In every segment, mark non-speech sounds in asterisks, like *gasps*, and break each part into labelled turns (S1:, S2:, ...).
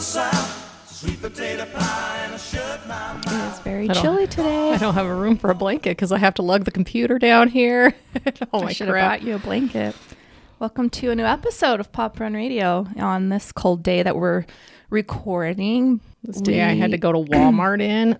S1: South, sweet potato pie, and I shut my mouth.
S2: It's very
S3: I don't-
S2: chilly today.
S3: *laughs* I don't have a room for a blanket because I have to lug the computer down here. *laughs* oh
S2: I
S3: my
S2: should have
S3: crap!
S2: brought you a blanket. Welcome to a new episode of Pop Run Radio on this cold day that we're recording.
S3: This day I had to go to Walmart *clears throat* in.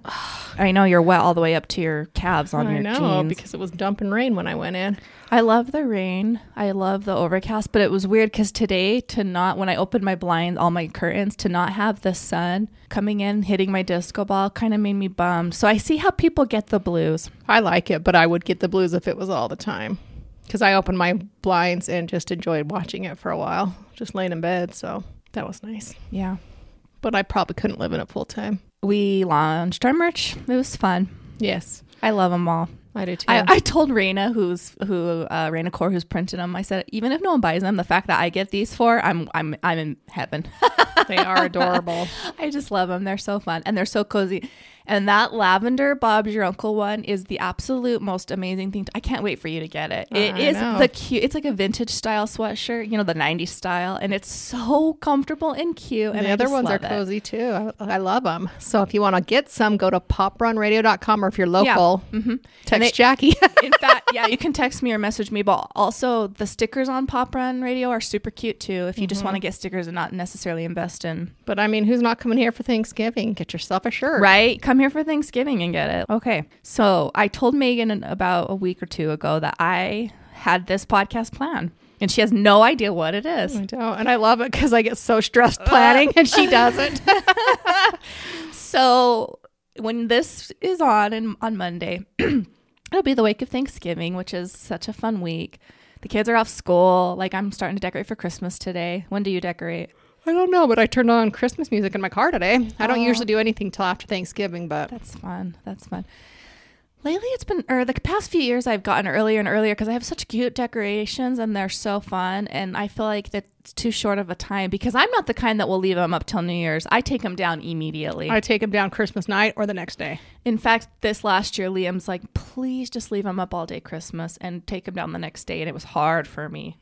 S2: I know you're wet all the way up to your calves on
S3: I
S2: your
S3: know
S2: jeans.
S3: because it was dumping rain when I went in.
S2: I love the rain. I love the overcast, but it was weird because today to not when I opened my blinds, all my curtains, to not have the sun coming in hitting my disco ball kind of made me bummed. So I see how people get the blues.
S3: I like it, but I would get the blues if it was all the time. Because I opened my blinds and just enjoyed watching it for a while, just laying in bed. So that was nice.
S2: Yeah.
S3: But I probably couldn't live in it full time.
S2: We launched our merch. It was fun.
S3: Yes,
S2: I love them all.
S3: I do too.
S2: I, I told Raina, who's who, uh, Raina Core, who's printed them. I said, even if no one buys them, the fact that I get these four, I'm I'm I'm in heaven. *laughs*
S3: they are *laughs* adorable.
S2: I just love them. They're so fun and they're so cozy. And that lavender Bob's your uncle one is the absolute most amazing thing. to- I can't wait for you to get it. It
S3: I
S2: is
S3: know.
S2: the cute. It's like a vintage style sweatshirt, you know, the '90s style, and it's so comfortable and cute. And
S3: the
S2: I
S3: other
S2: just
S3: ones are
S2: love it.
S3: cozy too. I, I love them. So if you want to get some, go to poprunradio.com or if you're local, text
S2: Mm-hmm. they-
S3: Jackie. *laughs*
S2: In fact, yeah, you can text me or message me. But also, the stickers on Pop Run Radio are super cute too. If you just want to get stickers and not necessarily invest in,
S3: But I mean, who's not coming here for Thanksgiving? Get yourself a shirt.
S2: right? Come here for Thanksgiving and get it. Okay. So I told Megan an- about a week or two ago that I had this podcast plan, and she has no idea what it is.
S3: I don't. And I love it because I get so stressed planning
S2: *laughs*
S3: and she doesn't. *laughs*
S2: So when this is on and on Monday, *clears throat* it'll be the week of Thanksgiving, which is such a fun week. The kids are off school. Like I'm starting to decorate for Christmas today. When do you decorate?
S3: I don't know, but I turned on Christmas music in my car today. I don't usually do anything till after Thanksgiving, but
S2: Oh. That's fun. That's fun. Lately, it's been, or the past few years, I've gotten earlier and earlier because I have such cute decorations and they're so fun. And I feel like that's too short of a time because I'm not the kind that will leave them up till New Year's. I take them down immediately.
S3: I take them down Christmas night or the next day.
S2: In fact, this last year, Liam's like, please just leave them up all day Christmas and take them down the next day. And it was hard for me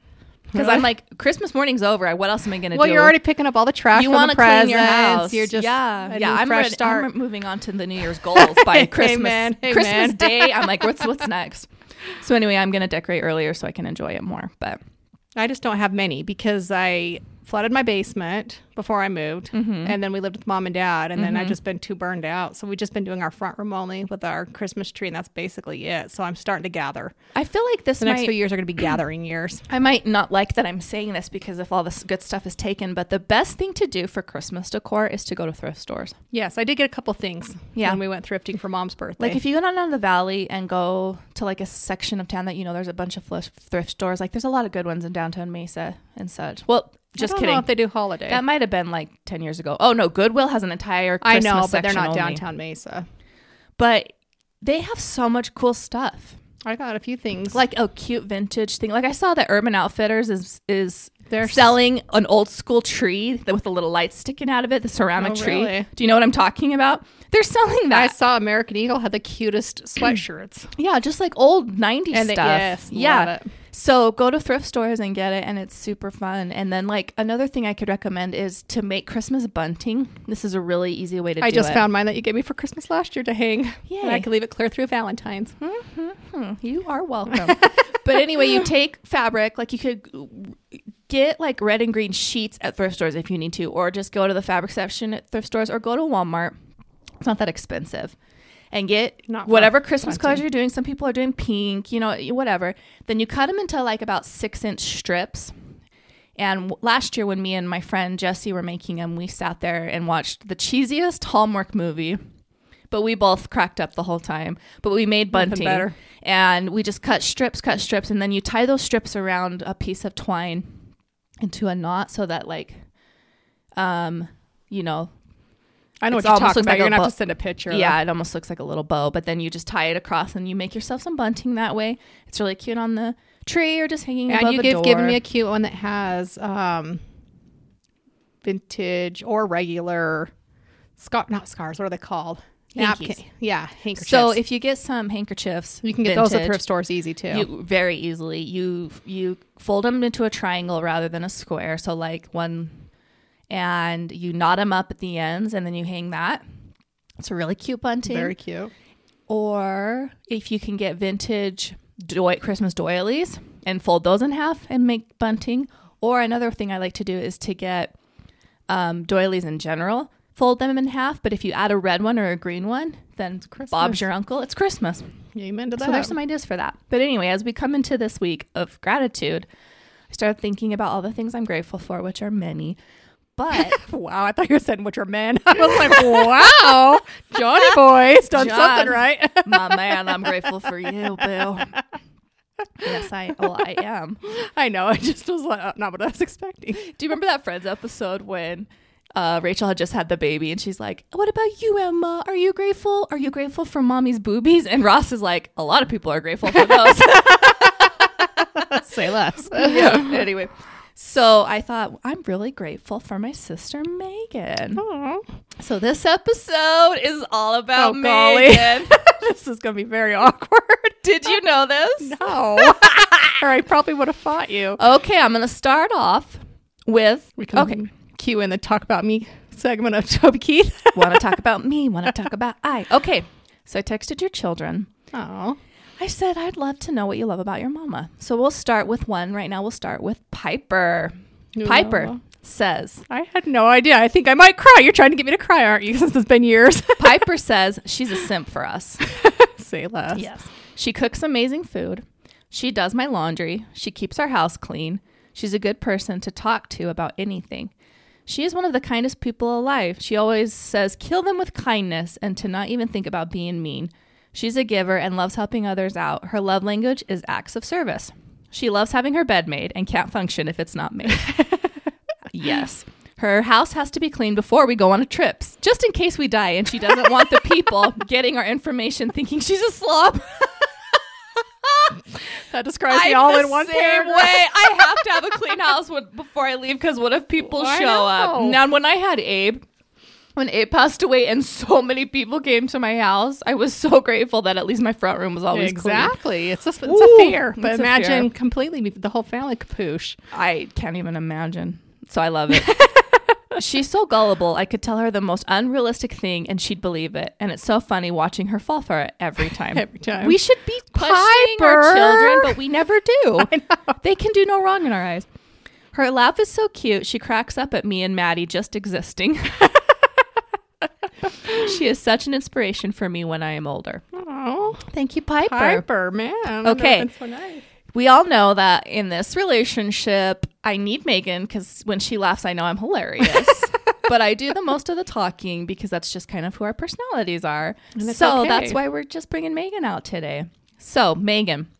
S2: because I'm like, Christmas morning's over. What else am I going to
S3: Well,
S2: do?
S3: you're already picking up all the trash.
S2: you
S3: want to
S2: clean your house.
S3: You're just
S2: yeah,
S3: a
S2: yeah.
S3: new
S2: I'm,
S3: fresh
S2: ready-
S3: start.
S2: I'm moving on to the New
S3: *laughs*
S2: Year's goals by Christmas.
S3: Amen, amen.
S2: Christmas Day. I'm like, what's
S3: *laughs*
S2: what's next? So anyway, I'm gonna decorate earlier so I can enjoy it more. But
S3: I just don't have many because I flooded my basement before I moved,
S2: Mm-hmm.
S3: and then we lived with mom and dad, and then I've just been too burned out. So we've just been doing our front room only with our Christmas tree, and that's basically it. So I'm starting to gather.
S2: I feel like this
S3: The next
S2: might.
S3: few years are going to be gathering years.
S2: I might not like that I'm saying this because if all this good stuff is taken, but the best thing to do for Christmas decor is to go to thrift stores.
S3: *clears throat* Yes, I did get a couple things.
S2: Yeah.
S3: when we went thrifting for mom's birthday.
S2: Like if you go down to the valley and go to like a section of town that you know there's a bunch of flis- thrift stores, like there's a lot of good ones in downtown Mesa and such. Well, just
S3: I don't
S2: kidding.
S3: know if they do holiday.
S2: That might have been like 10 years ago. Oh no, Goodwill has an entire
S3: Eh. I
S2: Christmas
S3: know, but they're
S2: section
S3: not
S2: only.
S3: downtown Mesa.
S2: But they have so much cool stuff.
S3: I got a few things.
S2: Like a cute vintage thing. Like I saw that Urban Outfitters is is
S3: They're
S2: they're
S3: s-
S2: selling an old school tree that- with the little lights sticking out of it, the ceramic
S3: Oh,
S2: tree.
S3: really?
S2: Do you know what I'm talking about? They're selling
S3: I
S2: that.
S3: saw American Eagle had
S2: *clears throat*
S3: the cutest sweatshirts.
S2: yeah, just like old 90s
S3: And they-
S2: stuff.
S3: yes, love
S2: yeah.
S3: it.
S2: So go to thrift stores and get it, and it's super fun. And then, like another thing I could recommend is to make Christmas bunting. This is a really easy way to
S3: I
S2: do
S3: just
S2: it.
S3: found mine that you gave me for Christmas last year to hang. And I
S2: Yay.
S3: could leave it clear through Valentine's.
S2: You are welcome. *laughs* but anyway, you take fabric, like you could get like red and green sheets at thrift stores if you need to, or just go to the fabric section at thrift stores or go to Walmart. It's not that expensive. And get
S3: Not for
S2: whatever Christmas
S3: bunting.
S2: colors you're doing. Some people are doing pink, you know, whatever. Then you cut them into like about six inch strips. And w- last year, when me and my friend Jesse were making them, we sat there and watched the cheesiest Hallmark movie. But we both cracked up the whole time. But we made bunting.
S3: better.
S2: And we just cut strips, cut strips. And then you tie those strips around a piece of twine into a knot so that, like, um, you know,
S3: I know
S2: It's
S3: what you're
S2: almost
S3: talking
S2: looks
S3: about.
S2: like
S3: you're
S2: a
S3: gonna have
S2: bu-
S3: to send a picture.
S2: yeah, it almost looks like a little bow, but then you just tie it across and you make yourself some bunting that way. It's really cute on the tree or just hanging above
S3: and you
S2: the
S3: give
S2: door.
S3: given me a cute one that has um, vintage or regular scar, not scars. What are they called?
S2: Hankies.
S3: Yeah, handkerchiefs.
S2: so if you get some handkerchiefs,
S3: you can get those at
S2: vintage,
S3: thrift stores easy too.
S2: You very easily you you fold them into a triangle rather than a square. So like one and you knot them up at the ends and then you hang that. It's a really cute bunting.
S3: Very cute.
S2: or if you can get vintage doy- Christmas doilies and fold those in half and make bunting. Or another thing I like to do is to get um, doilies in general, fold them in half. But if you add a red one or a green one, then Bob's
S3: Christmas.
S2: your uncle. It's Christmas.
S3: Yeah, you meant to that.
S2: So there's some ideas for that. But anyway, as we come into this week of gratitude, I started thinking about all the things I'm grateful for, which are many. But
S3: wow, I thought you were saying which are men. *laughs* I
S2: *laughs*
S3: was like, wow, Johnny boy's done
S2: John.
S3: something right. *laughs*
S2: my man, I'm grateful for you, boo. Yes, I well, I am.
S3: I know. I just was like, uh, not what I was expecting.
S2: Do you remember that Friends episode when uh, Rachel had just had the baby and she's like, What about you, Emma? Are you grateful? Are you grateful for mommy's boobies? And Ross is like, A lot of people are grateful for those. *laughs*
S3: Say *laughs* less.
S2: yeah. Anyway. So I thought, I'm really grateful for my sister Megan. So this episode is all about
S3: Oh, golly. *laughs*
S2: Megan.
S3: this is gonna be very awkward.
S2: Did you know this?
S3: Oh, *laughs* or I probably would have fought you.
S2: Okay, I'm gonna start off with
S3: We
S2: *laughs*
S3: can
S2: okay.
S3: cue in the talk about me segment of *laughs* Toby Keith.
S2: want to talk about me? Want
S3: *laughs*
S2: to talk about I? Okay, so I texted your children.
S3: Oh,
S2: I said I'd love to know what you love about your mama. So we'll start with one right now. We'll start with Piper.
S3: Your
S2: Piper
S3: mama.
S2: says
S3: I had no idea. I think I might cry. You're trying to get me to cry, aren't you? *laughs* Since it's been years.
S2: Piper says she's a simp for us.
S3: *laughs* Say less.
S2: Yes. She cooks amazing food. She does my laundry. She keeps our house clean. She's a good person to talk to about anything. She is one of the kindest people alive. She always says, kill them with kindness and to not even think about being mean. She's a giver and loves helping others out. Her love language is acts of service. She loves having her bed made and can't function if it's not made. yes. Her house has to be clean before we go on a trip, just in case we die and she doesn't want the people getting our information thinking she's a slob.
S3: That describes me all in one
S2: same
S3: paragraph.
S2: way. I have to have a clean house when, before I leave because what if people
S3: I
S2: show up?
S3: know.
S2: Now, when I had Abe, when Abe passed away, and so many people came to my house, I was so grateful that at least my front room was always clean.
S3: Exactly. It's a, it's
S2: Ooh,
S3: a fear. But
S2: it's a
S3: imagine
S2: fear.
S3: completely be- the whole family kapoosh.
S2: I can't even imagine. So I love *laughs* it. She's so gullible. I could tell her the most unrealistic thing, and she'd believe it. And it's so funny watching her fall for it *laughs* every time.
S3: Every time.
S2: we should be pushing our
S3: Piper!
S2: children, but we never do. *laughs* They can do no wrong in our eyes. Her laugh is so cute. She cracks up at me and Maddie just *laughs* existing. she is such an inspiration for me when I am older.
S3: Oh,
S2: Thank you, Piper.
S3: Piper, man.
S2: Okay.
S3: That's so nice.
S2: We all know that in this relationship, I need Megan because when she laughs, I know I'm
S3: *laughs*
S2: hilarious. but I do the most of the talking because that's just kind of who our personalities are.
S3: it's
S2: So
S3: okay.
S2: that's why we're just bringing Megan out today. So, Megan,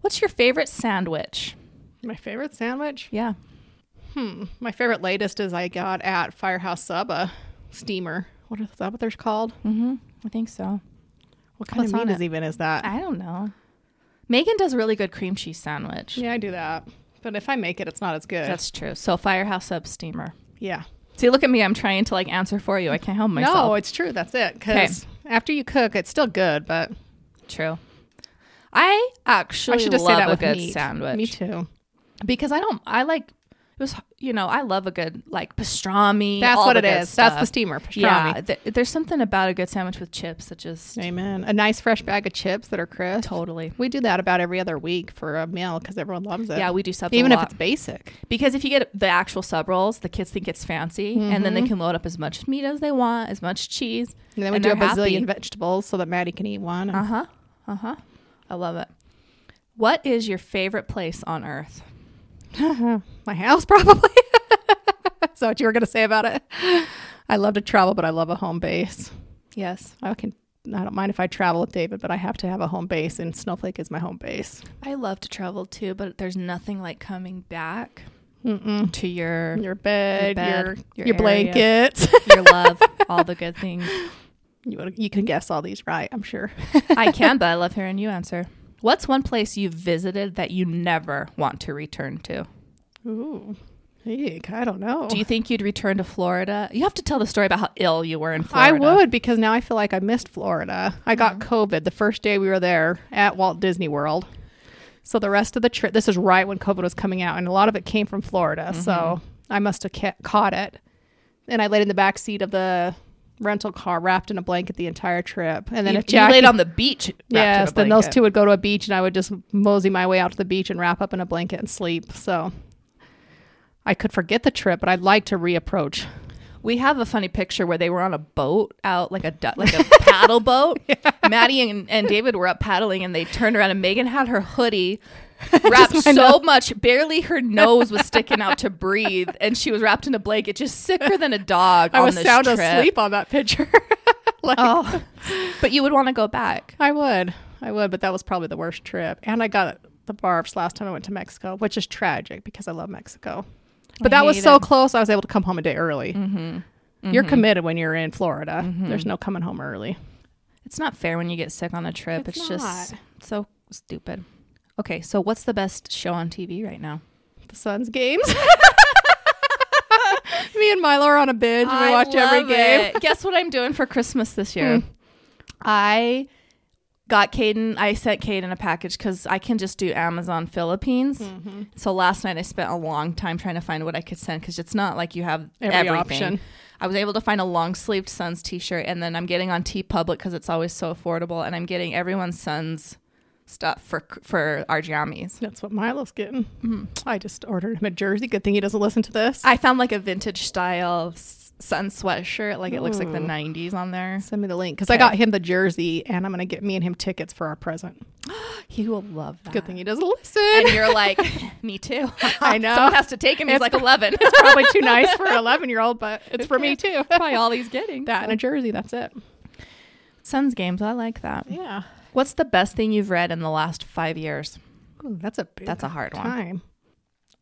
S2: what's your favorite sandwich?
S3: My favorite sandwich.
S2: Yeah.
S3: My favorite latest is I got at Firehouse Sub a steamer. What is that? What they're called?
S2: I think so.
S3: What kind
S2: What's
S3: of
S2: on
S3: meat is
S2: it?
S3: even is that?
S2: I don't know. Megan does a really good cream cheese sandwich.
S3: yeah, I do that. But if I make it, it's not as good.
S2: That's true. So, Firehouse Sub Steamer.
S3: yeah.
S2: See, look at me. I'm trying to like answer for you. I can't help myself.
S3: No, it's true. That's it. Because after you cook, it's still good. But
S2: True. I actually
S3: I should just
S2: love
S3: say that
S2: a
S3: with
S2: good
S3: meat.
S2: sandwich
S3: Me too.
S2: because I don't. I like it was you know I love a good like pastrami.
S3: That's
S2: all
S3: what
S2: the
S3: it
S2: good
S3: is. That's the
S2: stuff.
S3: steamer pastrami.
S2: Yeah, th- there's something about a good sandwich with chips that just
S3: Amen. A nice fresh bag of chips that are crisp.
S2: totally.
S3: We do that about every other week for a meal because everyone loves it.
S2: Yeah, we do sub
S3: even
S2: a
S3: if
S2: lot.
S3: it's basic.
S2: because if you get the actual sub rolls, the kids think it's fancy, and then they can load up as much meat as they want, as much cheese,
S3: Mm-hmm. And then we do a
S2: they're
S3: bazillion
S2: happy.
S3: vegetables so that Maddie can eat one.
S2: Uh huh. Uh huh. I love it. What is your favorite place on earth? Uh-huh.
S3: *laughs* My house probably. *laughs* That's what you were gonna say about it. I love to travel, but I love a home base.
S2: Yes,
S3: I can. I don't mind if I travel with David, but I have to have a home base, and Snowflake is my home base.
S2: I love to travel too, but there's nothing like coming back to your
S3: *laughs* Your bed,
S2: bed,
S3: your
S2: your
S3: your,
S2: area.
S3: blankets. *laughs*
S2: your love, all the good things.
S3: you, would- you can guess all these right, I'm sure.
S2: I can, but I love hearing you answer. What's one place you've visited that you never want to return to?
S3: Ooh, Eek, I don't know.
S2: Do you think you'd return to Florida? You have to tell the story about how ill you were in
S3: I
S2: Florida. Uh-huh.
S3: would because now I feel like I missed Florida. I got COVID the first day we were there at Walt Disney World. So the rest of the trip,
S2: Mm-hmm.
S3: this is right when COVID was coming out, and a lot of it came from Florida. So I must have ca- caught it. and I laid in the back seat of the rental car wrapped in a blanket the entire trip. And then
S2: you,
S3: if Jackie,
S2: you laid on the beach. wrapped in a
S3: yes, then those
S2: blanket.
S3: two would go to a beach, and I would just mosey my way out to the beach and wrap up in a blanket and sleep. So I could forget the trip, but I'd like to reapproach.
S2: We have a funny picture where they were on a boat out like a du- like a *laughs* paddle boat. Maddie and, and David were up paddling and they turned around and Megan had her
S3: *laughs*
S2: hoodie wrapped so much barely her nose was sticking out to breathe and she was wrapped in a blanket just sicker than a dog
S3: *laughs* I
S2: on
S3: was
S2: this
S3: sound
S2: trip.
S3: asleep on that picture. *laughs* like,
S2: Oh. But you would want to go back.
S3: *laughs* I would, I would, but that was probably the worst trip. And I got the barbs last time I went to Mexico, which is tragic because I love Mexico. But
S2: I
S3: that was
S2: hate
S3: so
S2: it. Mm-hmm.
S3: close. I was able to come home a day early. You're committed when you're in Florida. There's no coming home early.
S2: It's not fair when you get sick on a trip. It's,
S3: It's
S2: just
S3: not.
S2: so stupid. Okay, so what's the best show on TV right now?
S3: The Suns games.
S2: *laughs*
S3: Me and Milo are on a binge. and We watch every game. Hmm.
S2: Guess what I'm doing for Christmas this year? I got Caden. I sent Caden a package because I can just do Amazon Philippines.
S3: Mm-hmm.
S2: So last night I spent a long time trying to find what I could send because it's not like you have
S3: Every
S2: everything.
S3: option.
S2: I was able to find a long sleeved Suns t shirt, and then I'm getting on T Public because it's always so affordable, and I'm getting everyone's Suns stuff for for our jammies.
S3: That's what Milo's getting.
S2: Mm-hmm.
S3: I just ordered him a jersey. Good thing he doesn't listen to this.
S2: I found like a vintage style s- Sun sweatshirt, like it looks like the '90s on there.
S3: Send me the link because I got him the jersey, and I'm gonna get me and him tickets for our present.
S2: He will love that.
S3: Good thing he doesn't listen. *laughs*
S2: and you're like, *laughs* me too. *laughs*
S3: I know.
S2: Someone has to take him. He's
S3: It's *laughs*
S2: like 11. That's
S3: it's probably too nice for an 11 year old, but it's for me too.
S2: probably all *laughs* he's getting.
S3: That and a jersey. That's it.
S2: Suns games. I like that.
S3: Yeah.
S2: What's the best thing you've read in the last five years?
S3: that's a big
S2: That's a hard one.
S3: time.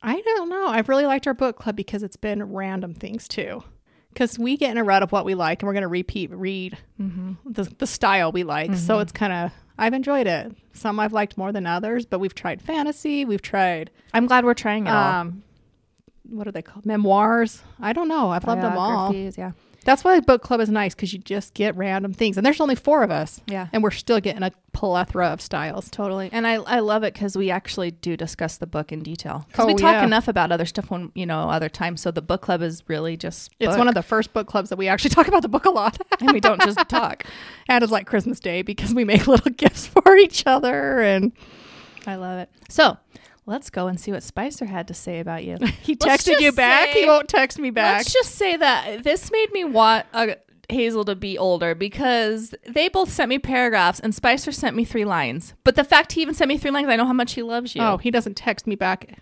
S3: I don't know. I've really liked our book club because it's been random things too. Because we get in a rut of what we like and we're going to repeat, read the, the style we like. So it's kind of, I've enjoyed it. Some I've liked more than others, but we've tried fantasy. We've tried,
S2: I'm glad we're trying it all.
S3: um, what are they called? Memoirs. I don't know. I've loved them all.
S2: Biographies, Yeah.
S3: That's why book club is nice because you just get random things, and there's only four of us.
S2: Yeah.
S3: and we're still getting a plethora of styles.
S2: Totally. And I, I love it because we actually do discuss the book in detail. Because we
S3: Oh,
S2: talk
S3: yeah.
S2: enough about other stuff when, you know, other times. So the book club is really just.
S3: It's one of the first book clubs that we actually *laughs* talk about the book a lot,
S2: *laughs* And we don't
S3: *laughs*
S2: just talk.
S3: and it's like Christmas Day because we make *laughs* little gifts for each other, and
S2: I love it. So let's go and see what Spicer had to say about you.
S3: he
S2: Let's
S3: texted you
S2: just
S3: back.
S2: say-
S3: he won't text me back.
S2: Let's just say that this made me want uh, Hazel to be older because they both sent me paragraphs and Spicer sent me three lines. But the fact he even sent me three lines, I know how much he loves you.
S3: oh, he doesn't text me back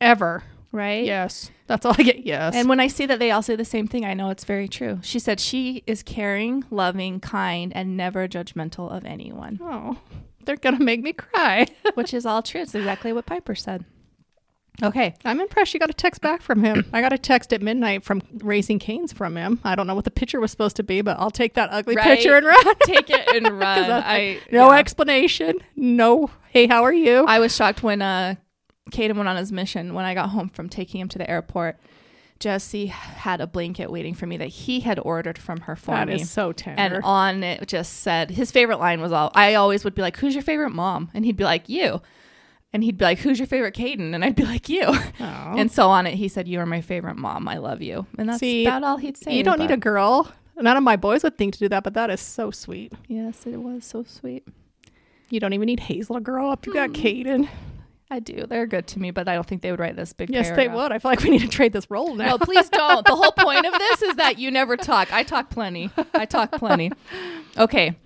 S3: ever.
S2: right?
S3: Yes, that's all I get. Yes,
S2: And when I see that they all say the same thing, I know it's very true. She said she is caring, loving, kind, and never judgmental of anyone, *laughs*
S3: oh, they're gonna make me cry. *laughs*
S2: which is all true. It's exactly what Piper said. *laughs*
S3: Okay. I'm impressed you got a text back from him. I got a text at midnight from Raising Canes from him. I don't know what the picture was supposed to be, but I'll take that ugly
S2: Right.
S3: picture and run. *laughs*
S2: Take it *laughs* and run. I
S3: no
S2: yeah.
S3: explanation. No, hey, how are you?
S2: I was shocked when uh Caden went on his mission when I got home from taking him to the airport. Jesse had a blanket waiting for me that he had ordered from her for
S3: that
S2: me.
S3: is so tender.
S2: and on it just said his favorite line was all I always would be like, Who's your favorite mom? And he'd be like, You. And he'd be like, Who's your favorite Caden? And I'd be like,
S3: *laughs*
S2: You.
S3: Oh,
S2: And so on it he said, You are my favorite mom. I love you. And that's
S3: See,
S2: about all he'd say.
S3: you don't need a
S2: but-
S3: girl. None of my boys would think to do that, but that is so sweet.
S2: Yes, it was so sweet.
S3: You don't even need Hazel to grow up. You
S2: Hmm.
S3: got Caden.
S2: I do. They're good to me, but I don't think they would write this big
S3: Yes, they
S2: paragraph.
S3: would. I feel like we need to trade this role now.
S2: No, please don't. The whole point of this is that you never talk. I talk plenty. I talk plenty. Okay.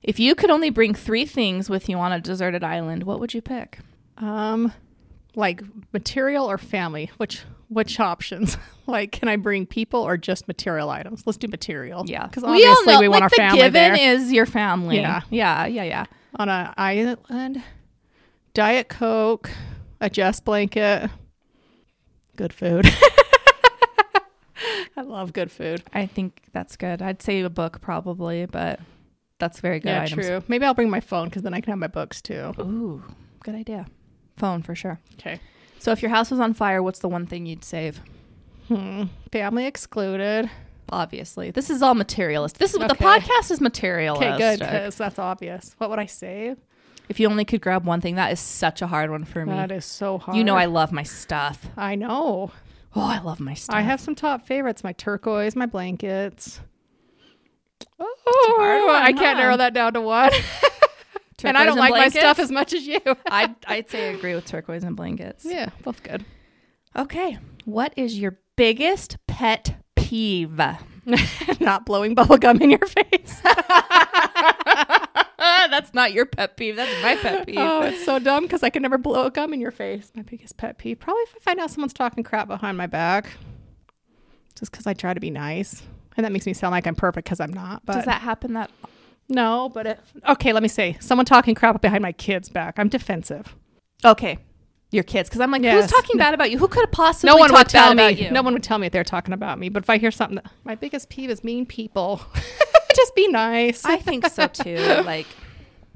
S2: If you could only bring three things with you on a deserted island, what would you pick?
S3: Um, like material or family? Which which options? *laughs* like, can I bring people or just material items? Let's do material.
S2: Yeah,
S3: because obviously we,
S2: like,
S3: want our family
S2: the given
S3: there
S2: is your family.
S3: Yeah.
S2: yeah, yeah, yeah.
S3: on an island. Diet Coke, a Jess blanket, good food. *laughs* I love good food.
S2: I think that's good. I'd say a book probably, but that's very good.
S3: yeah,
S2: items.
S3: true. Maybe I'll bring my phone because then I can have my books too.
S2: Ooh, good idea. Phone for sure.
S3: Okay.
S2: So if your house was on fire, what's the one thing you'd save?
S3: Hmm. Family excluded.
S2: Obviously, this is all materialist. This is what
S3: Okay.
S2: the podcast is materialist.
S3: Okay, good because that's obvious. What would I save?
S2: If you only could grab one thing, that is such a hard one for me.
S3: That is so hard.
S2: you know, I love my stuff.
S3: I know.
S2: Oh, I love my stuff.
S3: I have some top favorites: my turquoise, my blankets. Oh,
S2: one,
S3: I can't
S2: huh?
S3: narrow that down to one. *laughs* and I
S2: Turquoise
S3: don't like my stuff
S2: blankets?
S3: as much
S2: *laughs*
S3: as you.
S2: I'd, I'd say I agree with turquoise and blankets.
S3: yeah, both good.
S2: Okay. What is your biggest pet *laughs* peeve?
S3: Not blowing bubble gum in
S2: *laughs*
S3: your face.
S2: That's not your pet peeve. That's my pet peeve.
S3: oh, it's so dumb because I can never blow a gum in your face. My biggest pet peeve, probably if I find out someone's talking crap behind my back, just because I try to be nice, and that makes me sound like I'm perfect because I'm not. But
S2: Does that happen that
S3: no, but it, okay, let me say, someone talking crap behind my kid's back, I'm defensive.
S2: Okay. Your kids cuz I'm like
S3: Yes.
S2: who's talking bad about you? Who could have possibly
S3: no one would
S2: talked
S3: tell
S2: bad
S3: me.
S2: about you?
S3: No one would tell me if they're talking about me. But if I hear something, that, my biggest peeve is mean people. *laughs* Just be nice.
S2: I think
S3: *laughs*
S2: so too. Like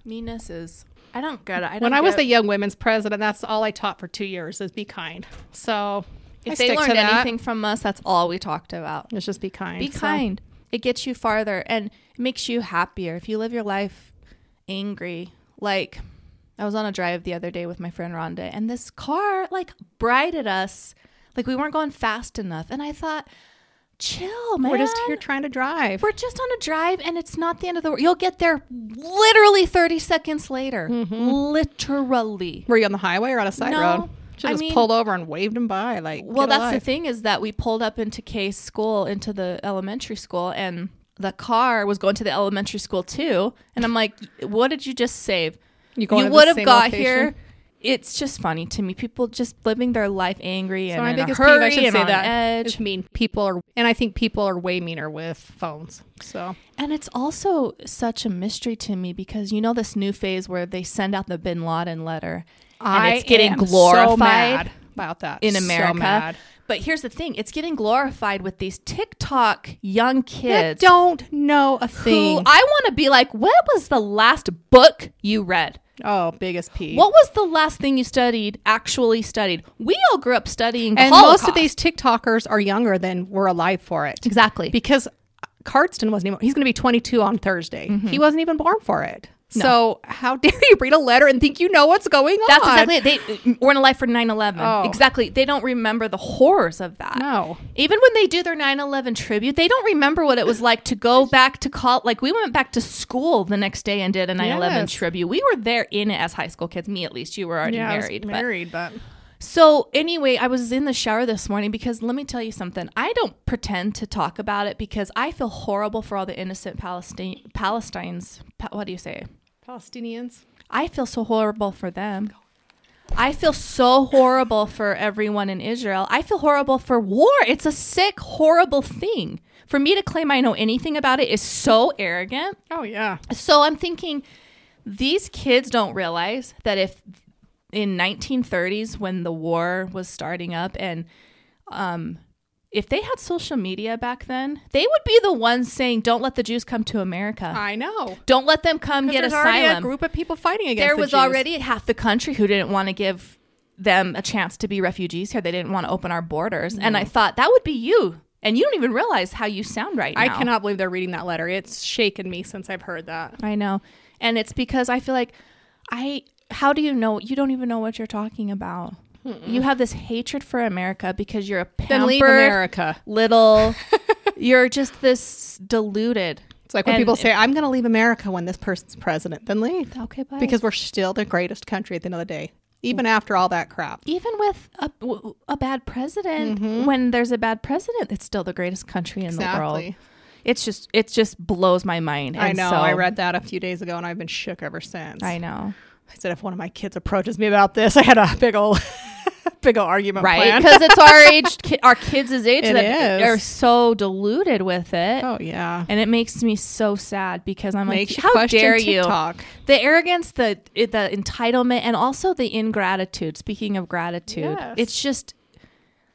S2: meanness is I don't get it. I don't
S3: when I was
S2: get-
S3: the young women's president, that's all I taught for two years is be kind. So I
S2: if they
S3: stick to
S2: learned
S3: that.
S2: anything from us, that's all we talked about.
S3: it's just be kind.
S2: Be
S3: So,
S2: kind. It gets you farther and it makes you happier. If you live your life angry, like I was on a drive the other day with my friend Rhonda, and this car like brighted us, like we weren't going fast enough. And I thought, chill, man.
S3: we're just here trying to drive.
S2: We're just on a drive, and it's not the end of the world. You'll get there literally 30 seconds later.
S3: Mm-hmm.
S2: Literally.
S3: Were you on the highway or on a side
S2: No,
S3: road? Should
S2: I
S3: just
S2: mean-
S3: pulled over and waved him by. Like
S2: Well,
S3: get a
S2: that's the
S3: life.
S2: thing is that we pulled up into Kay's school, into the elementary school, and the car was going to the elementary school too. And I'm like, what did you just save?
S3: You, going
S2: You
S3: to the
S2: would have
S3: same
S2: got
S3: location?
S2: here. It's just funny to me. People just living their life angry
S3: So
S2: and
S3: my
S2: in a
S3: biggest peeve,
S2: hurry
S3: I should
S2: and
S3: say
S2: on
S3: that,
S2: edge.
S3: is mean people are, and I think people are way meaner with phones. So
S2: And it's also such a mystery to me because you know this new phase where they send out the Bin Laden letter, and it's getting
S3: am
S2: glorified.
S3: so mad about that
S2: in
S3: So
S2: America.
S3: mad.
S2: But here's the thing: it's getting glorified with these TikTok young
S3: That
S2: kids
S3: don't know a
S2: who
S3: thing.
S2: I want to be like. What was the last book you read?
S3: oh, biggest peeve.
S2: What was the last thing you studied? Actually studied. We all grew up studying. the
S3: and most
S2: Holocaust.
S3: of these TikTokers are younger than we're alive for it.
S2: exactly.
S3: Because Cardston wasn't even, he's going to be 22 on Thursday.
S2: Mm-hmm.
S3: He wasn't even born for it. So how *laughs* dare you read a letter and think you know what's going
S2: That's
S3: on?
S2: exactly it. They weren't alive for 9 11.
S3: Oh.
S2: Exactly. They don't remember the horrors of that.
S3: No.
S2: Even when they do their 9 11 tribute, they don't remember what it was like to go back to college. Like, we went back to school the next day and did a 9 11
S3: Yes.
S2: tribute. We were there in it as high school kids. Me, at least. You were already
S3: Yeah, I was
S2: married. but-
S3: married, but
S2: so, anyway, I was in the shower this morning because let me tell you something. I don't pretend to talk about it because I feel horrible for all the innocent Palestine- Palestinians. Pa- what do you say?
S3: Palestinians.
S2: I feel so horrible for them. I feel so horrible for everyone in Israel. I feel horrible for war. It's a sick, horrible thing. For me to claim I know anything about it is so arrogant.
S3: Oh, yeah.
S2: So I'm thinking these kids don't realize that if in 1930s when the war was starting up and um if they had social media back then, they would be the ones saying don't let the Jews come to America.
S3: I know.
S2: Don't let them come
S3: 'Cause
S2: get
S3: there's
S2: asylum
S3: already a group of people fighting against
S2: there
S3: the
S2: was
S3: Jews.
S2: already half the country who didn't want to give them a chance to be refugees here. They didn't want to open our borders. And I thought that would be you. And you don't even realize how you sound right now.
S3: I cannot believe they're reading that letter. It's shaken me since I've heard that.
S2: I know. And it's because I feel like I how do you know you don't even know what you're talking about? You have this hatred for America because you're a pampered
S3: Then leave America. *laughs*
S2: little you're just this deluded.
S3: It's like when
S2: And-
S3: people say, I'm going to leave America when this person's president, then leave.
S2: Okay, bye.
S3: Because we're still the greatest country at the end of the day, even after all that crap.
S2: even with a, w- a bad president,
S3: Mm-hmm.
S2: when there's a bad president, it's still the greatest country in the world.
S3: Exactly.
S2: It's just it just blows my mind.
S3: I
S2: And
S3: know.
S2: so-
S3: I read that a few days ago and I've been shook ever since.
S2: I know,
S3: I said, if one of my kids approaches me about this, I had a big old, *laughs* big old argument
S2: right?
S3: planned.
S2: Because it's our age, ki- our kids' age
S3: *laughs* It
S2: that
S3: is.
S2: are so deluded with it,
S3: *laughs* Oh, yeah.
S2: and it makes me so sad because I'm
S3: Makes
S2: like,
S3: you
S2: how
S3: question
S2: dare
S3: TikTok.
S2: you? The arrogance, the it- the entitlement, and also the ingratitude. Speaking of gratitude,
S3: Yes.
S2: it's just.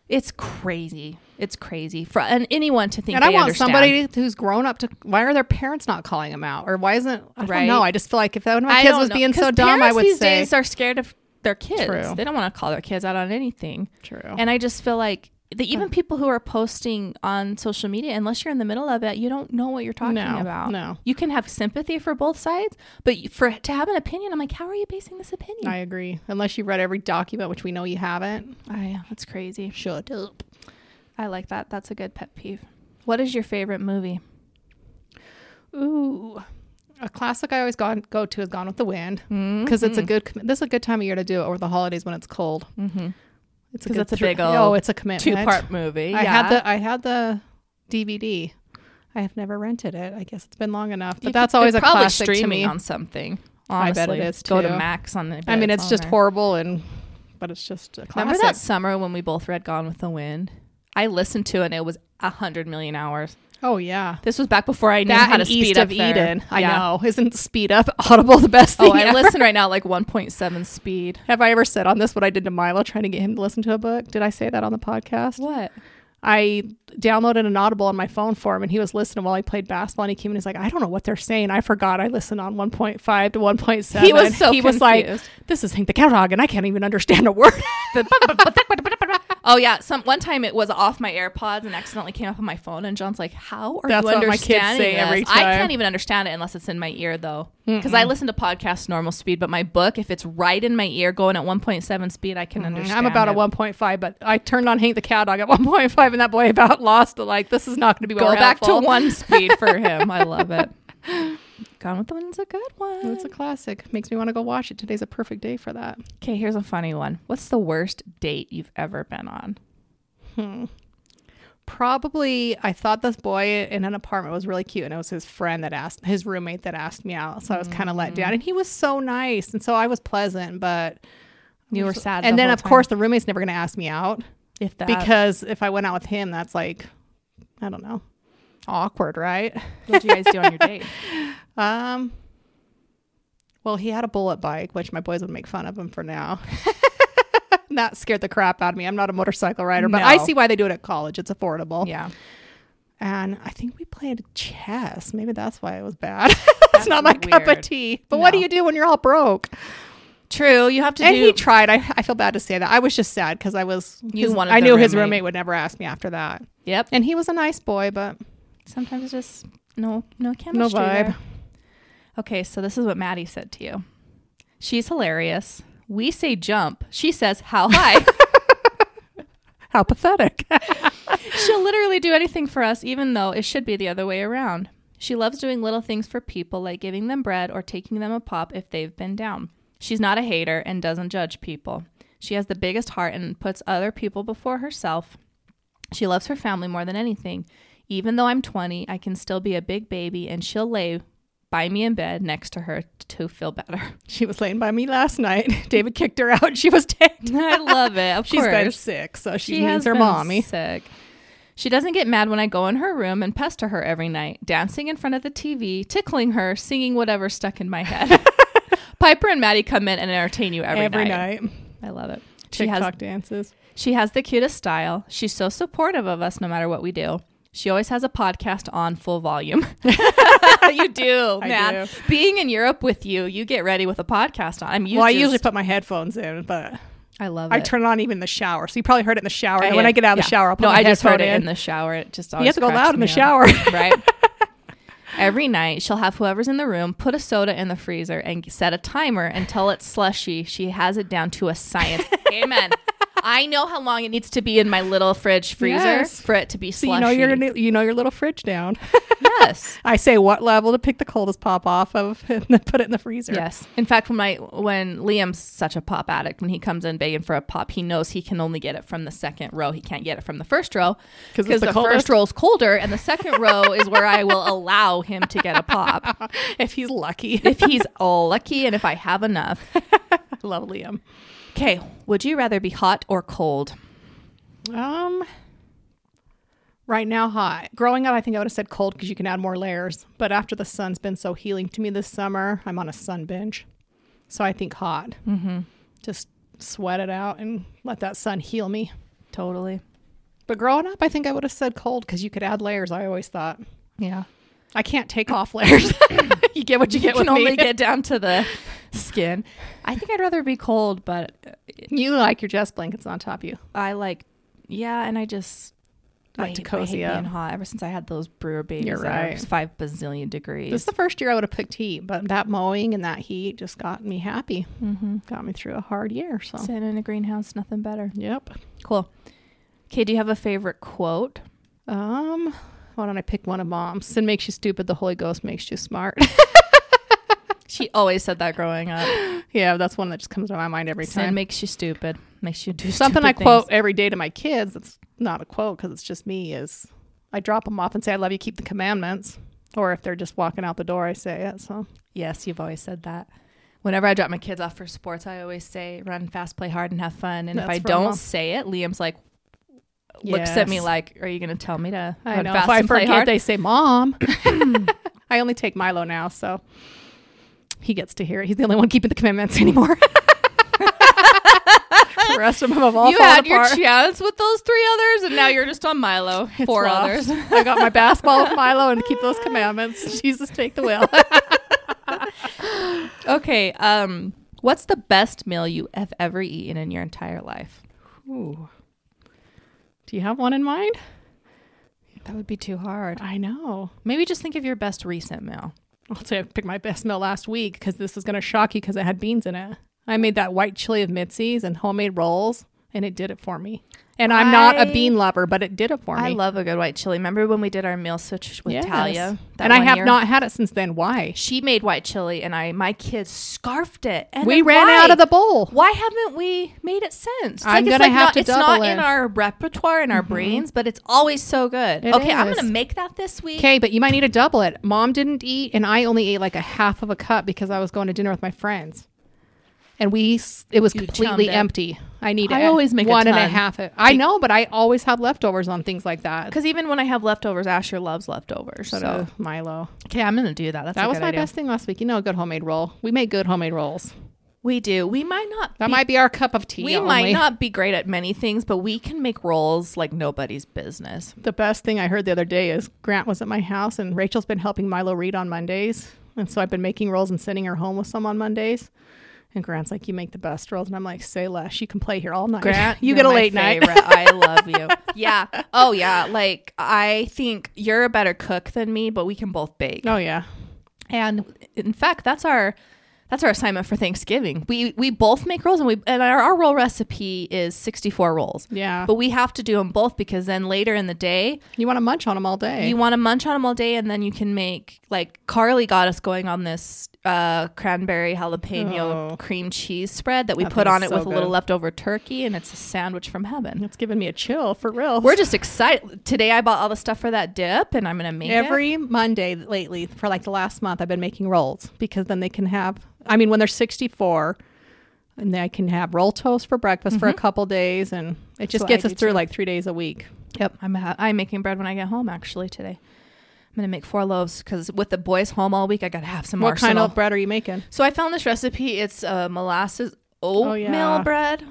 S2: It's crazy. It's crazy for and anyone to think.
S3: And I
S2: they
S3: want
S2: understand.
S3: somebody who's grown up to. Why are their parents not calling them out, or why isn't? I
S2: Right.
S3: don't know. I just feel like if that one of my kids
S2: don't
S3: was
S2: know.
S3: being so
S2: 'Cause
S3: dumb, I
S2: parents
S3: would
S2: these
S3: say
S2: days are scared of their kids.
S3: True.
S2: They don't want to call their kids out on anything.
S3: True.
S2: And I just feel like the, even people who are posting on social media, unless you're in the middle of it, you don't know what you're talking
S3: No,
S2: about.
S3: no.
S2: you can have sympathy for both sides, but you- for to have an opinion, I'm like, how are you basing this opinion?
S3: I agree. Unless you read every document, which we know you haven't.
S2: I, yeah, that's crazy.
S3: Shut up.
S2: I like that. That's a good pet peeve. What is your favorite movie?
S3: Ooh. A classic I always go, go to is Gone with the Wind because it's a
S2: Mm-hmm.
S3: good com- this is a good time of year to do it over the holidays when it's cold. Mm-hmm. It's
S2: 'Cause
S3: good
S2: it's a
S3: thri-
S2: big
S3: oh,
S2: old
S3: it's a commitment.
S2: Two part movie.
S3: I
S2: yeah.
S3: had the I had the DVD. I have never rented it. I guess it's been long enough, but
S2: You
S3: that's
S2: could-
S3: always
S2: it's
S3: a
S2: probably
S3: classic
S2: streaming
S3: to me.
S2: on something.
S3: I
S2: Honestly.
S3: bet it is,
S2: Go to
S3: too.
S2: Max on the.
S3: I mean, it's just
S2: horrible.
S3: horrible and, but it's just a classic.
S2: Remember that summer when we both read Gone with the Wind? I listened to it and it was a hundred million hours.
S3: Oh yeah,
S2: This was back before I knew
S3: that
S2: how to
S3: and
S2: speed
S3: East
S2: up
S3: of
S2: there.
S3: Eden. I
S2: Yeah.
S3: know. Isn't speed up *laughs* Audible the best thing?
S2: Oh,
S3: *laughs*
S2: I
S3: ever?
S2: listen right now like 1.7 speed.
S3: Have I ever said on this what I did to Milo trying to get him to listen to a book? Did I say that on the podcast?
S2: What?
S3: I downloaded an Audible on my phone for him, and he was listening while I played basketball. And he came in, and he's like, "I don't know what they're saying. I forgot. I listened on 1.5 to 1.7."
S2: He was so
S3: he was like,
S2: confused.
S3: "This is Hank the Cowdog, and I can't even understand a word."
S2: Oh yeah, some one time it was off my AirPods and accidentally came up on my phone, and John's like, "How are
S3: That's
S2: you
S3: what my
S2: understanding
S3: kids say
S2: this?
S3: every
S2: I
S3: time.
S2: can't even understand it unless it's in my ear though, because I listen to podcasts normal speed, but my book, if it's right in my ear going at 1.7 speed, I can understand.
S3: I'm about
S2: it.
S3: a 1.5, but I turned on Hank the Cowdog at 1.5, and that boy about lost. it, Like, this is not going to be
S2: Go
S3: more
S2: back to
S3: helpful.
S2: one speed for him. I love
S3: *laughs*
S2: it. Gone with the Wind's a good one.
S3: It's a classic. Makes me want to go watch it. Today's a perfect day for that.
S2: Okay, here's a funny one. What's the worst date you've ever been on?
S3: probably I thought this boy in an apartment was really cute and it was his friend that asked his roommate that asked me out. So I was kind of let
S2: Mm.
S3: down and he was so nice and so I was pleasant but
S2: You were sad.
S3: and
S2: the
S3: then
S2: whole
S3: of
S2: time.
S3: course the roommate's never going to ask me out
S2: if that
S3: because if I went out with him that's like I don't know. Awkward, right?
S2: what do you guys do on your
S3: *laughs*
S2: date?
S3: Um well, he had a bullet bike, which my boys would make fun of him for now. *laughs* And that scared the crap out of me. I'm not a motorcycle rider, but I
S2: No.
S3: see why they do it at college. It's affordable.
S2: Yeah,
S3: and I think we played chess. Maybe that's why it was bad. *laughs* That's not my cup of
S2: weird.
S3: tea. But what do
S2: No.
S3: you do when you're all broke?
S2: true. You have to
S3: And
S2: do.
S3: he tried. I, I feel bad to say that. I was just sad because I was.
S2: You
S3: his-
S2: wanted
S3: I
S2: the
S3: knew his
S2: roommate.
S3: roommate would never ask me after that.
S2: yep.
S3: And he was a nice boy, but
S2: Sometimes it's just no no chemistry.
S3: no
S2: there.
S3: vibe.
S2: Okay, so this is what Maddie said to you. She's hilarious. We say jump. She says how high.
S3: How pathetic. *laughs*
S2: She'll literally do anything for us, even though it should be the other way around. She loves doing little things for people, like giving them bread or taking them a pop if they've been down. She's not a hater and doesn't judge people. She has the biggest heart and puts other people before herself. She loves her family more than anything. Even though I'm 20, I can still be a big baby, and she'll lay by me in bed next to her to feel better. *laughs*
S3: she was laying by me last night. *laughs* David kicked her out. She was dead.
S2: I love it. Of
S3: She's
S2: course.
S3: been sick, so she,
S2: has
S3: needs her
S2: been
S3: mommy.
S2: Sick. She doesn't get mad when I go in her room and pester her every night, dancing in front of the TV, tickling her, singing whatever's stuck in my
S3: *laughs*
S2: head. Piper and Maddie come in and entertain you every,
S3: Every night.
S2: I love it. She
S3: TikTok
S2: has
S3: dances.
S2: she has the cutest style. She's so supportive of us no matter what we do. She always has a podcast on full
S3: *laughs*
S2: volume. *laughs* you do,
S3: I
S2: man.
S3: do.
S2: Being in Europe with you, you get ready with a podcast on. I'm
S3: Well, I usually
S2: just-
S3: put my headphones in, but
S2: I love it.
S3: I turn it on even in the shower. So you probably heard it in the shower. And
S2: I
S3: when I
S2: had-
S3: get out of
S2: yeah.
S3: the shower, I'll put
S2: no,
S3: my
S2: I just heard
S3: headphone
S2: it
S3: in.
S2: in the shower. It just
S3: You
S2: always
S3: have to go
S2: cracks
S3: loud in the
S2: me up.
S3: shower.
S2: *laughs*
S3: *laughs*
S2: right? Every night, she'll have whoever's in the room put a soda in the freezer and set a timer until it's slushy. She has it down to a
S3: *laughs*
S2: science. Amen. I know how long it needs to be in my little fridge freezer
S3: Yes.
S2: for it to be
S3: So
S2: slushy.
S3: you
S2: *laughs*
S3: know your you know your little fridge down. *laughs*
S2: yes,
S3: I say what level to pick the coldest pop off of *laughs* and then put it in the freezer.
S2: yes. In fact, when my when Liam's such a pop addict, when he comes in begging for a pop, he knows he can only get it from the second row. He can't get it from the first row
S3: 'Cause it's
S2: because
S3: the
S2: the,
S3: coldest.
S2: first row is colder, and the second row is where I will allow him to get a pop
S3: *laughs* If he's lucky. *laughs*
S2: if he's lucky and if I have enough.
S3: Love Liam.
S2: Okay, would you rather be hot or cold?
S3: Um right now hot. Growing up I think I would have said cold because you can add more layers. But after the sun's been so healing to me this summer, I'm on a sun binge. So I think hot. Mm-hmm. Just sweat it out and let that sun heal me.
S2: Totally.
S3: But growing up, I think I would have said cold because you could add layers. I always thought
S2: Yeah.
S3: I can't take off layers. *laughs* you get what you
S2: You
S3: get with
S2: can only
S3: me.
S2: get down to the
S3: *laughs*
S2: skin. I think I'd rather be cold, but uh,
S3: You like your chest blankets on top of you.
S2: I like Yeah, and I just
S3: Like
S2: I
S3: to
S2: hate- I hate
S3: cozy up.
S2: being hot ever since I had those brewer babies.
S3: You're
S2: that are
S3: right.
S2: Five bazillion degrees.
S3: This is the first year I would have picked heat, but that mowing and that heat just got me happy.
S2: mm-hmm.
S3: Got me through a hard year. So,
S2: Sitting in a greenhouse, nothing better.
S3: yep.
S2: Cool. Okay, do you have a favorite quote?
S3: Um, why don't I pick one of mom's? Sin makes you stupid. The Holy Ghost makes you smart. *laughs*
S2: She always said that growing up.
S3: yeah, that's one that just comes to my mind every
S2: Sin
S3: time.
S2: makes you stupid, makes you do
S3: Something
S2: stupid
S3: I quote
S2: things.
S3: every day to my kids. That's not a quote because it's just me. Is I drop them off and say I love you, keep the commandments. Or if they're just walking out the door, I say it. So
S2: Yes, you've always said that. Whenever I drop my kids off for sports, I always say run fast, play hard, and have fun. And if
S3: That's
S2: I
S3: from
S2: don't
S3: Mom.
S2: say it, Liam's like looks at me
S3: Yes.
S2: like, "Are you going to tell me to
S3: I
S2: run
S3: know.
S2: fast
S3: If I
S2: and play
S3: forget,
S2: hard?"
S3: they say mom. *laughs* I only take Milo now, so he gets to hear it. He's the only one keeping the commandments *laughs* anymore. the rest of them have all
S2: you
S3: fallen
S2: had your
S3: apart.
S2: chance with those three others, and now you're just on Milo.
S3: *laughs* It's
S2: four
S3: lost.
S2: others.
S3: I got my basketball with Milo and keep *laughs* those commandments. Jesus, take the *laughs* wheel.
S2: Okay. Um, what's the best meal you have ever eaten in your entire life?
S3: Ooh. Do you have one in mind?
S2: That would be too hard.
S3: I know.
S2: Maybe just think of your best recent meal.
S3: I'll say I picked my best meal last week because this is going to shock you because it had beans in it. I made that white chili of Mitzi's and homemade rolls, and it did it for me. And I'm not
S2: I-
S3: a bean lover, but it did it for me.
S2: I love a good white chili. Remember when we did our meal switch with
S3: Yes.
S2: Talia? That
S3: and I
S2: one
S3: have
S2: year?
S3: not had it since then. Why?
S2: She made white chili, and I my kids scarfed it. And
S3: We
S2: then
S3: ran
S2: why?
S3: out of the bowl.
S2: Why haven't we made it since? It's
S3: I'm
S2: it's
S3: gonna have
S2: not,
S3: to
S2: It's
S3: double
S2: not in
S3: it. Mm-hmm.
S2: our repertoire in our brains, but it's always so good.
S3: It
S2: okay, I'm
S3: is.
S2: gonna make that this week.
S3: Okay, but you might need to double it. Mom didn't eat, and I only ate like a half of a cup because I was going to dinner with my friends, and we s- it was
S2: You
S3: completely
S2: chummed it.
S3: empty. I need.
S2: I
S3: a-
S2: always make a
S3: one and a
S2: ton.
S3: half. of- I know, but I always have leftovers on things like that.
S2: Because even when I have leftovers, Asher loves leftovers. So,
S3: So does Milo,
S2: okay, I'm gonna do that. That's
S3: that
S2: a
S3: was
S2: good
S3: my
S2: idea.
S3: best thing last week. You know, a good homemade roll. We make good homemade rolls.
S2: We do. We might not.
S3: That
S2: be,
S3: might be our cup of tea.
S2: we
S3: only.
S2: might not be great at many things, but we can make rolls like nobody's business.
S3: *laughs* The best thing I heard the other day is Grant was at my house and Rachel's been helping Milo read on Mondays. And so I've been making rolls and sending her home with some on Mondays. And Grant's like, You make the best rolls. And I'm like, Say less. You can play here all night.
S2: Grant,
S3: *laughs* you
S2: you're
S3: get a
S2: my
S3: late night.
S2: favorite. I love
S3: *laughs*
S2: you. Yeah. Oh yeah. Like I think you're a better cook than me, but we can both bake.
S3: oh, yeah.
S2: And in fact, that's our that's our assignment for Thanksgiving. We we both make rolls, and we and our, our roll recipe is sixty four rolls.
S3: Yeah.
S2: But we have to do them both because then later in the day,
S3: You want to munch on them all day.
S2: you want to munch on them all day, and then you can make like Carly got us going on this uh, cranberry jalapeno
S3: Oh.
S2: cream cheese spread that we
S3: That
S2: put
S3: thing's
S2: on it
S3: so
S2: with a little
S3: good.
S2: leftover turkey, and it's a sandwich from heaven.
S3: it's giving me a chill for real.
S2: We're just excited. Today I bought all the stuff for that dip, and I'm gonna make it.
S3: Every Monday lately, for like the last month, I've been making rolls because then they can have, I mean, when they're 64, and they can have roll toast for breakfast for a couple days. And it just
S2: what
S3: gets
S2: I
S3: us
S2: do
S3: through
S2: too.
S3: like three days a week.
S2: Yep, I'm ha- I'm making bread when I get home actually today. I'm gonna make four loaves because with the boys home all week, I gotta have some
S3: What
S2: arsenal.
S3: kind of bread are you making?
S2: so I found this recipe. It's uh, molasses oatmeal
S3: Oh, yeah.
S2: bread,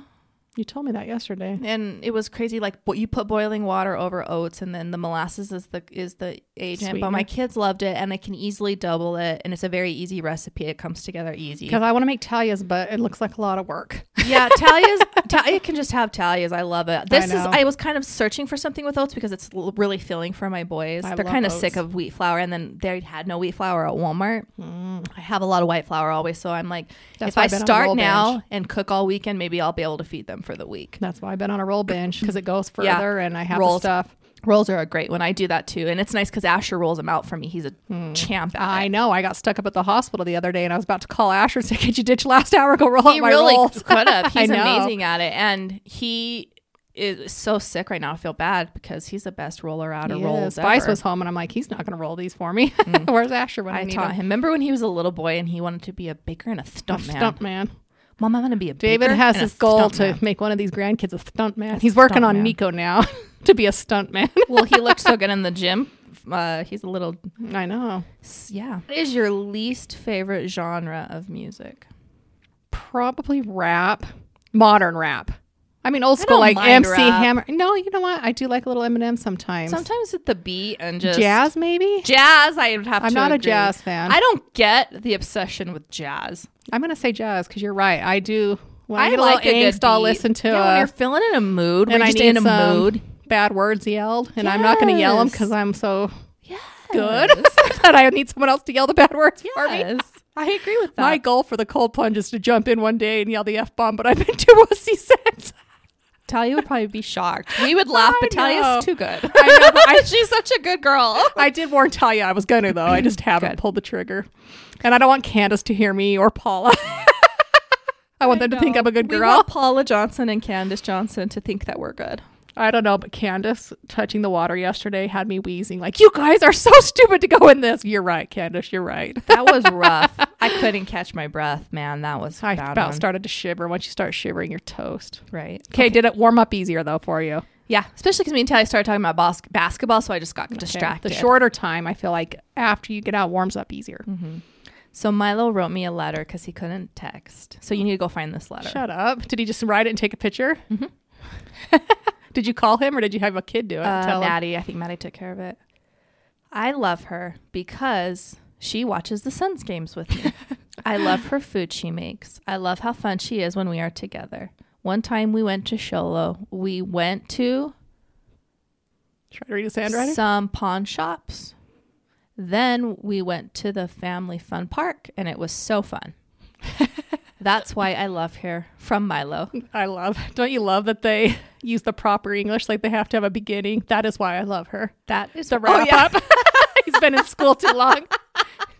S3: You told me that yesterday.
S2: and it was crazy. Like bo- you put boiling water over oats, and then the molasses is the is the agent. But my
S3: Sweetener.
S2: kids loved it, and I can easily double it, and it's a very easy recipe. It comes together easy.
S3: Because I want to make Talia's, but it looks like a lot of work. *laughs*
S2: Yeah, Talia's Talia can just have Talia's. I love it. This is
S3: know.
S2: I was kind of searching for something with oats because it's l- really filling for my boys.
S3: I
S2: They're
S3: love
S2: kind of
S3: oats.
S2: sick of wheat flour, and then they had no wheat flour at Walmart. I have a lot of white flour always, so I'm like,
S3: Mm. That's
S2: if
S3: why
S2: I
S3: I've been on a roll
S2: start now
S3: binge.
S2: and cook all weekend, maybe I'll be able to feed them for the week.
S3: That's why I've been on a roll bench because it goes further
S2: Yeah.
S3: and I have
S2: Rolls.
S3: the stuff.
S2: Rolls are a great one. I do that too, and it's nice because Asher rolls them out for me. He's a champ. At
S3: Hmm. I
S2: it.
S3: know. I got stuck up at the hospital the other day and I was about to call Asher and say, Could you ditch last hour? Go roll out
S2: he
S3: my
S2: really
S3: rolls.
S2: could
S3: *laughs*
S2: have.
S3: I
S2: He's
S3: know.
S2: amazing at it, and he is so sick right now. I feel bad because he's the best roller out of
S3: Yes.
S2: rolls.
S3: Spice
S2: ever. Mm.
S3: was home and I'm like, He's not going to roll these for me. *laughs* Where's Asher when I,
S2: I
S3: need
S2: taught
S3: him?
S2: him. Remember when he was a little boy and he wanted to be a baker and a stunt man?
S3: Stunt man.
S2: Mom, I'm going to be a baker.
S3: David has
S2: and a
S3: his goal
S2: stunt
S3: to
S2: man.
S3: make one of these grandkids a stunt man. He's working
S2: stunt
S3: on
S2: man.
S3: Nico now *laughs* to be a
S2: *laughs*
S3: stunt man.
S2: well, he looked so good in the gym. Uh, he's a little,
S3: I know.
S2: yeah. What is your least favorite genre of music?
S3: probably rap, modern rap. I mean, old
S2: I
S3: school
S2: don't
S3: like
S2: mind
S3: MC
S2: rap.
S3: Hammer. No, you know what? I do like a little Eminem sometimes.
S2: Sometimes it's the beat and just
S3: jazz, maybe.
S2: Jazz, I would have
S3: I'm
S2: to.
S3: not a
S2: agree.
S3: jazz fan.
S2: I don't get the obsession with jazz.
S3: I'm gonna say jazz because you're right. I do. When I, get like a little angst, I'll listen to
S2: yeah, when
S3: a-
S2: you're feeling in a mood, when
S3: and
S2: you're
S3: I
S2: just
S3: need
S2: in a
S3: some
S2: mood.
S3: bad words yelled, and I'm not going to yell them
S2: Yes.
S3: because I'm so
S2: *laughs* Yes.
S3: good *laughs* that I need someone else to yell the bad words for me.
S2: Yes. I agree with that.
S3: My goal for the cold plunge is to jump in one day and yell the f bomb, but I've been too wussy *laughs* since.
S2: Talia would probably be shocked. We
S3: *laughs*
S2: would laugh, but
S3: I know.
S2: Talia's too good.
S3: I know, but I-
S2: She's such a good girl.
S3: *laughs* I did warn Talia I was going to though.
S2: *clears throat*
S3: I just haven't
S2: Good.
S3: pulled the trigger, and I don't want Candace to hear me or Paula. *laughs* I want them to think I'm a
S2: *laughs*
S3: good
S2: We
S3: girl.
S2: want Paula Johnson and Candace Johnson to think that we're good.
S3: I don't know, but Candace touching the water yesterday had me wheezing. Like, you guys are so stupid to go in this. You're right, Candace. You're right.
S2: That was rough. I couldn't catch my breath, man. That was
S3: I
S2: bad
S3: about
S2: one.
S3: started to shiver. Once you start shivering, you're toast.
S2: right.
S3: Okay, did it warm up easier though for you?
S2: Yeah, especially because me and Talia started talking about bas- basketball, so I just got
S3: Okay.
S2: distracted.
S3: The shorter time, I feel like after you get out, warms up easier.
S2: Mm-hmm. so Milo wrote me a letter because he couldn't text. So you need to go find this letter.
S3: Shut up. Did he just write it and take a picture? *laughs* did you call him or did you have a kid do it?
S2: Mm-hmm. uh,
S3: and tell him?
S2: Maddie. I think Maddie took care of it. I love her because she watches the Suns games with *laughs* me. I love her food she makes. I love how fun she is when we are together. One time we went to Sholo. We went to
S3: Try to read his handwriting.
S2: some pawn shops. Then we went to the family fun park and it was so fun. *laughs* That's why I love her from Milo.
S3: I love. Don't you love that they *laughs* use the proper English? Like they have to have a beginning. That is why I love her.
S2: That is
S3: to wrap up. *laughs* He's been in school too
S2: *laughs*
S3: long.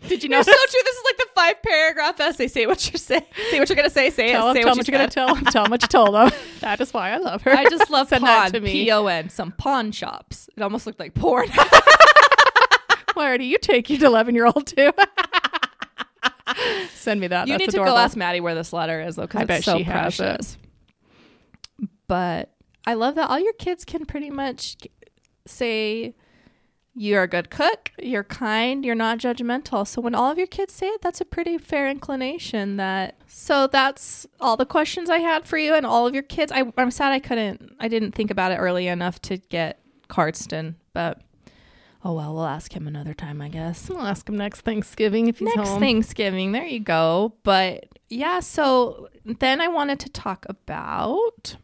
S3: Did you know?
S2: so true. This is like the five paragraph essay. Say what you're saying. Say what you're gonna say. Say
S3: Tell
S2: it.
S3: him,
S2: Say
S3: tell him
S2: you
S3: what you're gonna tell him. Tell him what you told
S2: *laughs*
S3: him. That is why I love her.
S2: I just love
S3: *laughs* Send
S2: pawn.
S3: that to me.
S2: P O N. Some pawn shops. It almost looked like porn. *laughs*
S3: Where do you take your 11 year old to? *laughs* Send me that.
S2: you
S3: That's
S2: need to
S3: adorable.
S2: go ask Maddie where this letter is though,
S3: I
S2: because it's
S3: bet
S2: so
S3: she has it.
S2: precious. But I love that all your kids can pretty much say you're a good cook, you're kind, you're not judgmental. So when all of your kids say it, that's a pretty fair inclination. That so that's all the questions I had for you and all of your kids. I, I'm sad I couldn't, I didn't think about it early enough to get Cardston, but oh well, we'll ask him another time, I guess
S3: We'll ask him next Thanksgiving if he's
S2: next
S3: home.
S2: Thanksgiving. There you go. But yeah, so then I wanted to talk about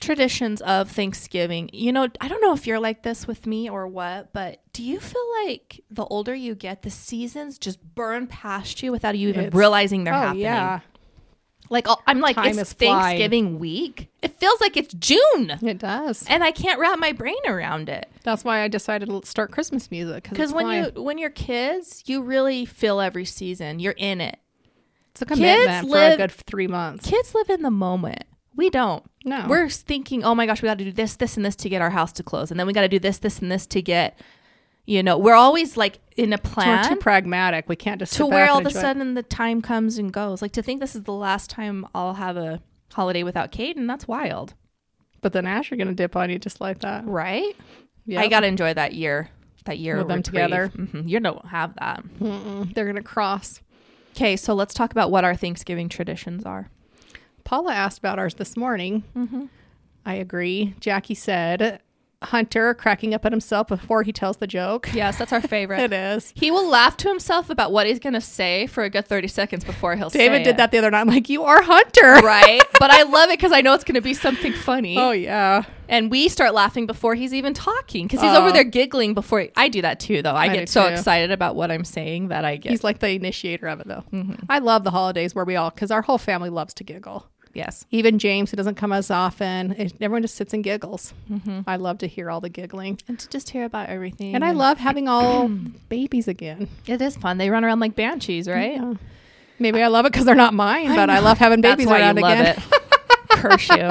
S2: traditions of Thanksgiving. You know, I don't know if you're like this with me or what, but do you feel like the older you get, the seasons just burn past you without you even
S3: It's-
S2: realizing they're
S3: oh
S2: happening?
S3: yeah,
S2: Like I'll- I'm like
S3: Time
S2: it's
S3: is flying.
S2: Thanksgiving week. It feels like it's June.
S3: it does.
S2: And I can't wrap my brain around it
S3: That's why I decided to start Christmas music
S2: because when you when you're kids, you really feel every season. You're in it.
S3: it's a commitment for
S2: live-
S3: a good three months.
S2: kids live in the moment. We don't.
S3: No.
S2: We're thinking, oh my gosh, we got to do this, this, and this to get our house to close. And then we got to do this, this, and this to get, you know, we're always like in a
S3: We're
S2: plan
S3: too pragmatic. We can't just
S2: to
S3: sit
S2: where
S3: back
S2: all
S3: and
S2: of a
S3: enjoy it.
S2: sudden the time comes and goes. Like to think this is the last time I'll have a holiday without Caden, that's wild.
S3: But then Ash are gonna dip on you just like that.
S2: Right?
S3: Yeah,
S2: I got to enjoy that year, that year
S3: With them together.
S2: hmm You don't have that.
S3: they're gonna cross.
S2: Okay, so let's talk about what our Thanksgiving traditions are.
S3: Paula asked about ours this morning.
S2: Mm-hmm.
S3: I agree. Jackie said, Hunter cracking up at himself before he tells the joke.
S2: Yes, that's our *laughs* favorite.
S3: It is.
S2: He will laugh to himself about what he's going to say for a good 30 seconds before he'll say
S3: David
S2: it.
S3: did that the other night. I'm like, you are Hunter.
S2: *laughs* Right? but I love it because I know it's going to be something funny.
S3: *laughs* Oh, yeah.
S2: And we start laughing before he's even talking because he's
S3: Oh.
S2: over there giggling before. I do that too, though. I,
S3: I do
S2: get so
S3: too.
S2: excited about what I'm saying that I get.
S3: He's like the initiator of it, though.
S2: Mm-hmm.
S3: I love the holidays where we all, because our whole family loves to giggle.
S2: yes.
S3: Even James, who doesn't come as often, it, everyone just sits and giggles.
S2: Mm-hmm.
S3: I love to hear all the giggling.
S2: And to just hear about everything.
S3: And I love
S2: *clears throat*
S3: having all babies again.
S2: it is fun. They run around like banshees, right?
S3: Yeah. Maybe I love it because they're not mine, but I, love having
S2: That's
S3: babies
S2: why
S3: around
S2: you love
S3: again.
S2: it. *laughs* Curse you.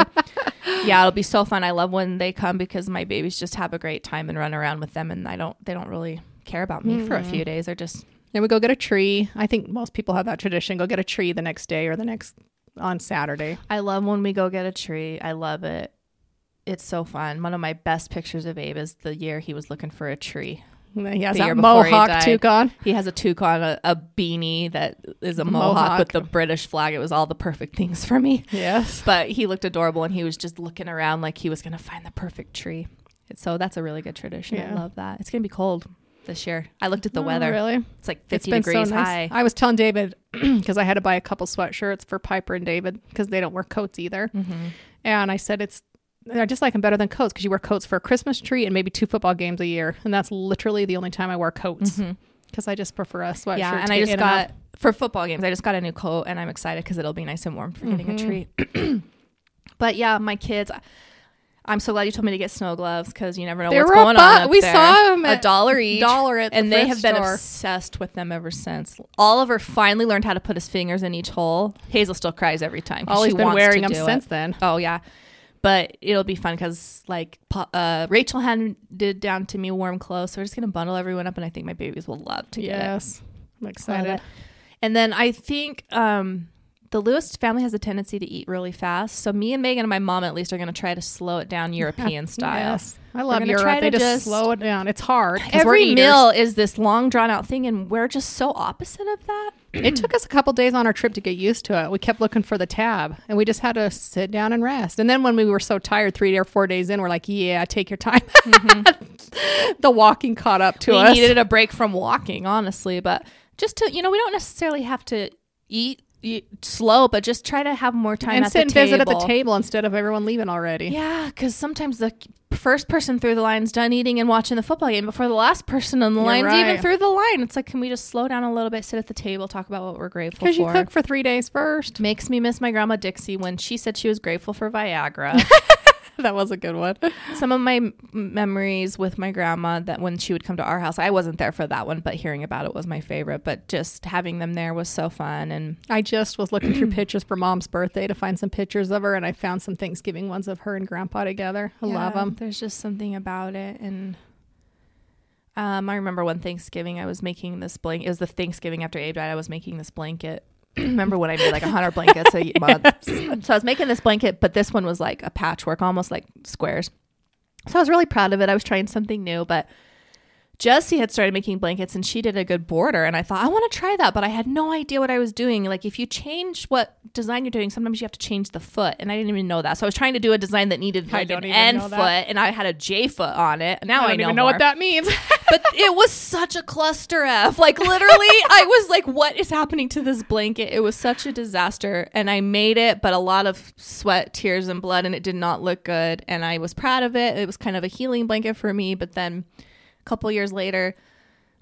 S2: Yeah, it'll be so fun. I love when they come because my babies just have a great time and run around with them, and I don't. They don't really care about me for a
S3: Mm-hmm.
S2: few days. They're just
S3: Then we go get a tree. I think most people have that tradition. Go get a tree the next day or the next on Saturday.
S2: I love when we go get a tree. I love it. It's so fun. One of my best pictures of Abe is the year he was looking for a tree.
S3: And then he has
S2: The year
S3: that
S2: before he
S3: mohawk
S2: died.
S3: toque on.
S2: He has a toque on, a, a beanie that is a mohawk,
S3: mohawk.
S2: with the British flag. It was all the perfect things for me. *laughs*
S3: Yes.
S2: But he looked adorable and he was just looking around like he was going to find the perfect tree. So that's a really good tradition. I
S3: Yeah.
S2: love that. It's going to be cold. this year. I looked at the
S3: Oh,
S2: weather.
S3: Really?
S2: It's like
S3: It's
S2: 50
S3: been so
S2: degrees
S3: nice.
S2: high.
S3: I was telling David *clears throat* because I had to buy a couple sweatshirts for Piper and David because they don't wear coats either.
S2: Mm-hmm.
S3: And I said it's I just like them better than coats because you wear coats for a Christmas tree and maybe two football games a year, and that's literally the only time I wear coats because I just prefer a sweatshirt.
S2: Mm-hmm. yeah, and
S3: to
S2: I
S3: get
S2: just
S3: in and out.
S2: got for football games. I just got a new coat, and I'm excited because it'll be nice and warm for getting
S3: Mm-hmm.
S2: a treat. *clears throat* but yeah, my kids. I'm so glad you told me to get snow gloves because you never know
S3: They
S2: what's
S3: were
S2: going
S3: a
S2: on.
S3: bu-
S2: up
S3: we
S2: there.
S3: saw 'em
S2: a
S3: at-
S2: dollar each,
S3: dollar at the
S2: and they
S3: thrift
S2: have been
S3: store.
S2: obsessed with them ever since. Oliver finally learned how to put his fingers in each hole. Hazel still cries every time. 'cause
S3: Ollie's
S2: she
S3: been
S2: wants to
S3: wearing them
S2: do it.
S3: since then.
S2: Oh yeah, but it'll be fun because like pa- uh, Rachel handed down to me warm clothes, so we're just gonna bundle everyone up, and I think my babies will love to get it.
S3: Yes, I'm
S2: Love
S3: excited.
S2: it. And then I think um, the Lewis family has a tendency to eat really fast. So me and Megan and my mom at least are going to try to slow it
S3: *laughs*
S2: down European style.
S3: Yes, I love
S2: gonna
S3: Europe.
S2: try
S3: they
S2: to
S3: just,
S2: just-
S3: slow it down. It's hard. 'cause we're
S2: Every
S3: eaters.
S2: meal is this long drawn out thing, and we're just so opposite of that.
S3: It took us a couple days on our trip to get used to it. We kept looking for the tab, and we just had to sit down and rest. And then when we were so tired, three or four days in, we're like, "Yeah, take your time." *laughs* the walking caught up to
S2: we
S3: us.
S2: needed a break from walking, honestly, but just to you know, we don't necessarily have to eat, eat slow, but just try to have more time
S3: and
S2: at
S3: sit
S2: the
S3: and
S2: table.
S3: visit at the table instead of everyone leaving already.
S2: Yeah, because sometimes the first person through the line's done eating and watching the football game before the last person on the line's even
S3: right.
S2: through the line. It's like, can we just slow down a little bit, sit at the table, talk about what we're grateful for?
S3: Because you cook for three days first.
S2: Makes me miss my grandma Dixie when she said she was grateful for Viagra.
S3: *laughs* *laughs* That was a good one.
S2: Some of my m- memories with my grandma that when she would come to our house, I wasn't there for that one, but hearing about it was my favorite. But just having them there was so fun. And
S3: I just was looking through pictures for mom's birthday to find some pictures of her, and I found some Thanksgiving ones of her and grandpa together. I love 'em. love
S2: Yeah,
S3: them.
S2: There's just something about it, and um, I remember one Thanksgiving I was making this blanket. It was the Thanksgiving after Abe died. I was making this blanket. *clears throat* remember when I made like hundred blankets
S3: *laughs*
S2: a month? So I was making this blanket, but this one was like a patchwork, almost like squares. So I was really proud of it. I was trying something new, but Jessie had started making blankets and she did a good border. And I thought, I want to try that, but I had no idea what I was doing. Like, if you change what design you're doing, sometimes you have to change the foot. And I didn't even know that. So I was trying to do a design that needed
S3: I
S2: like
S3: don't
S2: an
S3: even
S2: N
S3: know
S2: foot
S3: that.
S2: and I had a J foot on it. Now I,
S3: I don't
S2: know,
S3: even know
S2: more.
S3: what that means. *laughs*
S2: but it was such a cluster F. Like, literally, I was like, what is happening to this blanket? It was such a disaster. And I made it, but a lot of sweat, tears, and blood, and it did not look good. And I was proud of it. It was kind of a healing blanket for me. But then a couple years later,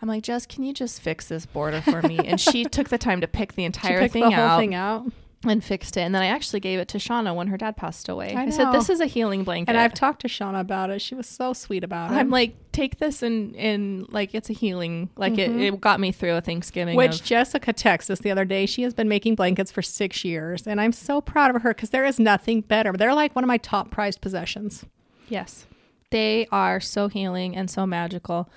S2: I'm like, Jess, can you just fix this border for me? And
S3: *laughs*
S2: she took the time to pick the
S3: She
S2: entire
S3: picked
S2: thing,
S3: the whole
S2: out
S3: thing out.
S2: and fixed it. And then I actually gave it to Shauna when her dad passed away. I,
S3: I
S2: said,
S3: know.
S2: This is a healing blanket.
S3: And I've talked to Shauna about it. She was so sweet about it.
S2: I'm like, take this and and like it's a healing. Like it, it got me through a Thanksgiving.
S3: which
S2: of-
S3: Jessica texted us the other day. She has been making blankets for six years, and I'm so proud of her because there is nothing better. They're like one of my top prized possessions.
S2: yes, they are so healing and so magical.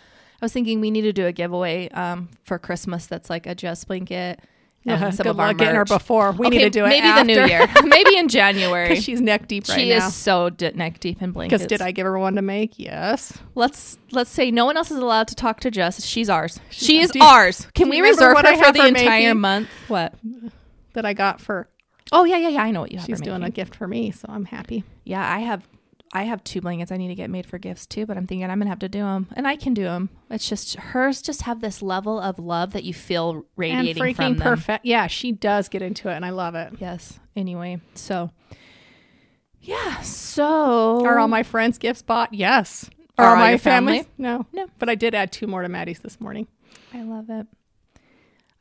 S2: I was thinking we need to do a giveaway um, for Christmas that's like a just blanket and some
S3: Good
S2: of our
S3: luck getting her
S2: Uh-huh. merch.
S3: before. We need
S2: Okay,
S3: to do it
S2: maybe the new
S3: after.
S2: year, *laughs* maybe in January.
S3: *laughs* 'Cause she's neck deep right
S2: she
S3: now.
S2: is so d- neck deep in blankets.
S3: Because did I give her one to make? Yes.
S2: Let's let's say no one else is allowed to talk to Jess. She's ours. She is
S3: Do you-
S2: ours. Can
S3: do
S2: we
S3: you remember
S2: reserve
S3: what
S2: her
S3: I
S2: for
S3: have
S2: the
S3: her
S2: entire
S3: making?
S2: month? What?
S3: That I got for.
S2: Oh yeah, yeah, yeah. I know what you have.
S3: She's
S2: her
S3: doing
S2: making.
S3: a gift for me, so I'm happy.
S2: Yeah, I have I have two blankets I need to get made for gifts too, but I'm thinking I'm going to have to do them. And I can do them. It's just hers just have this level of love that you feel
S3: And
S2: radiating from
S3: freaking
S2: them.
S3: perfect. Yeah, she does get into it, and I love it.
S2: Yes. Anyway, so yeah, so
S3: Are all my friends gifts bought? Yes.
S2: Are
S3: all
S2: all
S3: my
S2: your family?
S3: families? No.
S2: No.
S3: But I did add two more to Maddie's this morning.
S2: I love it.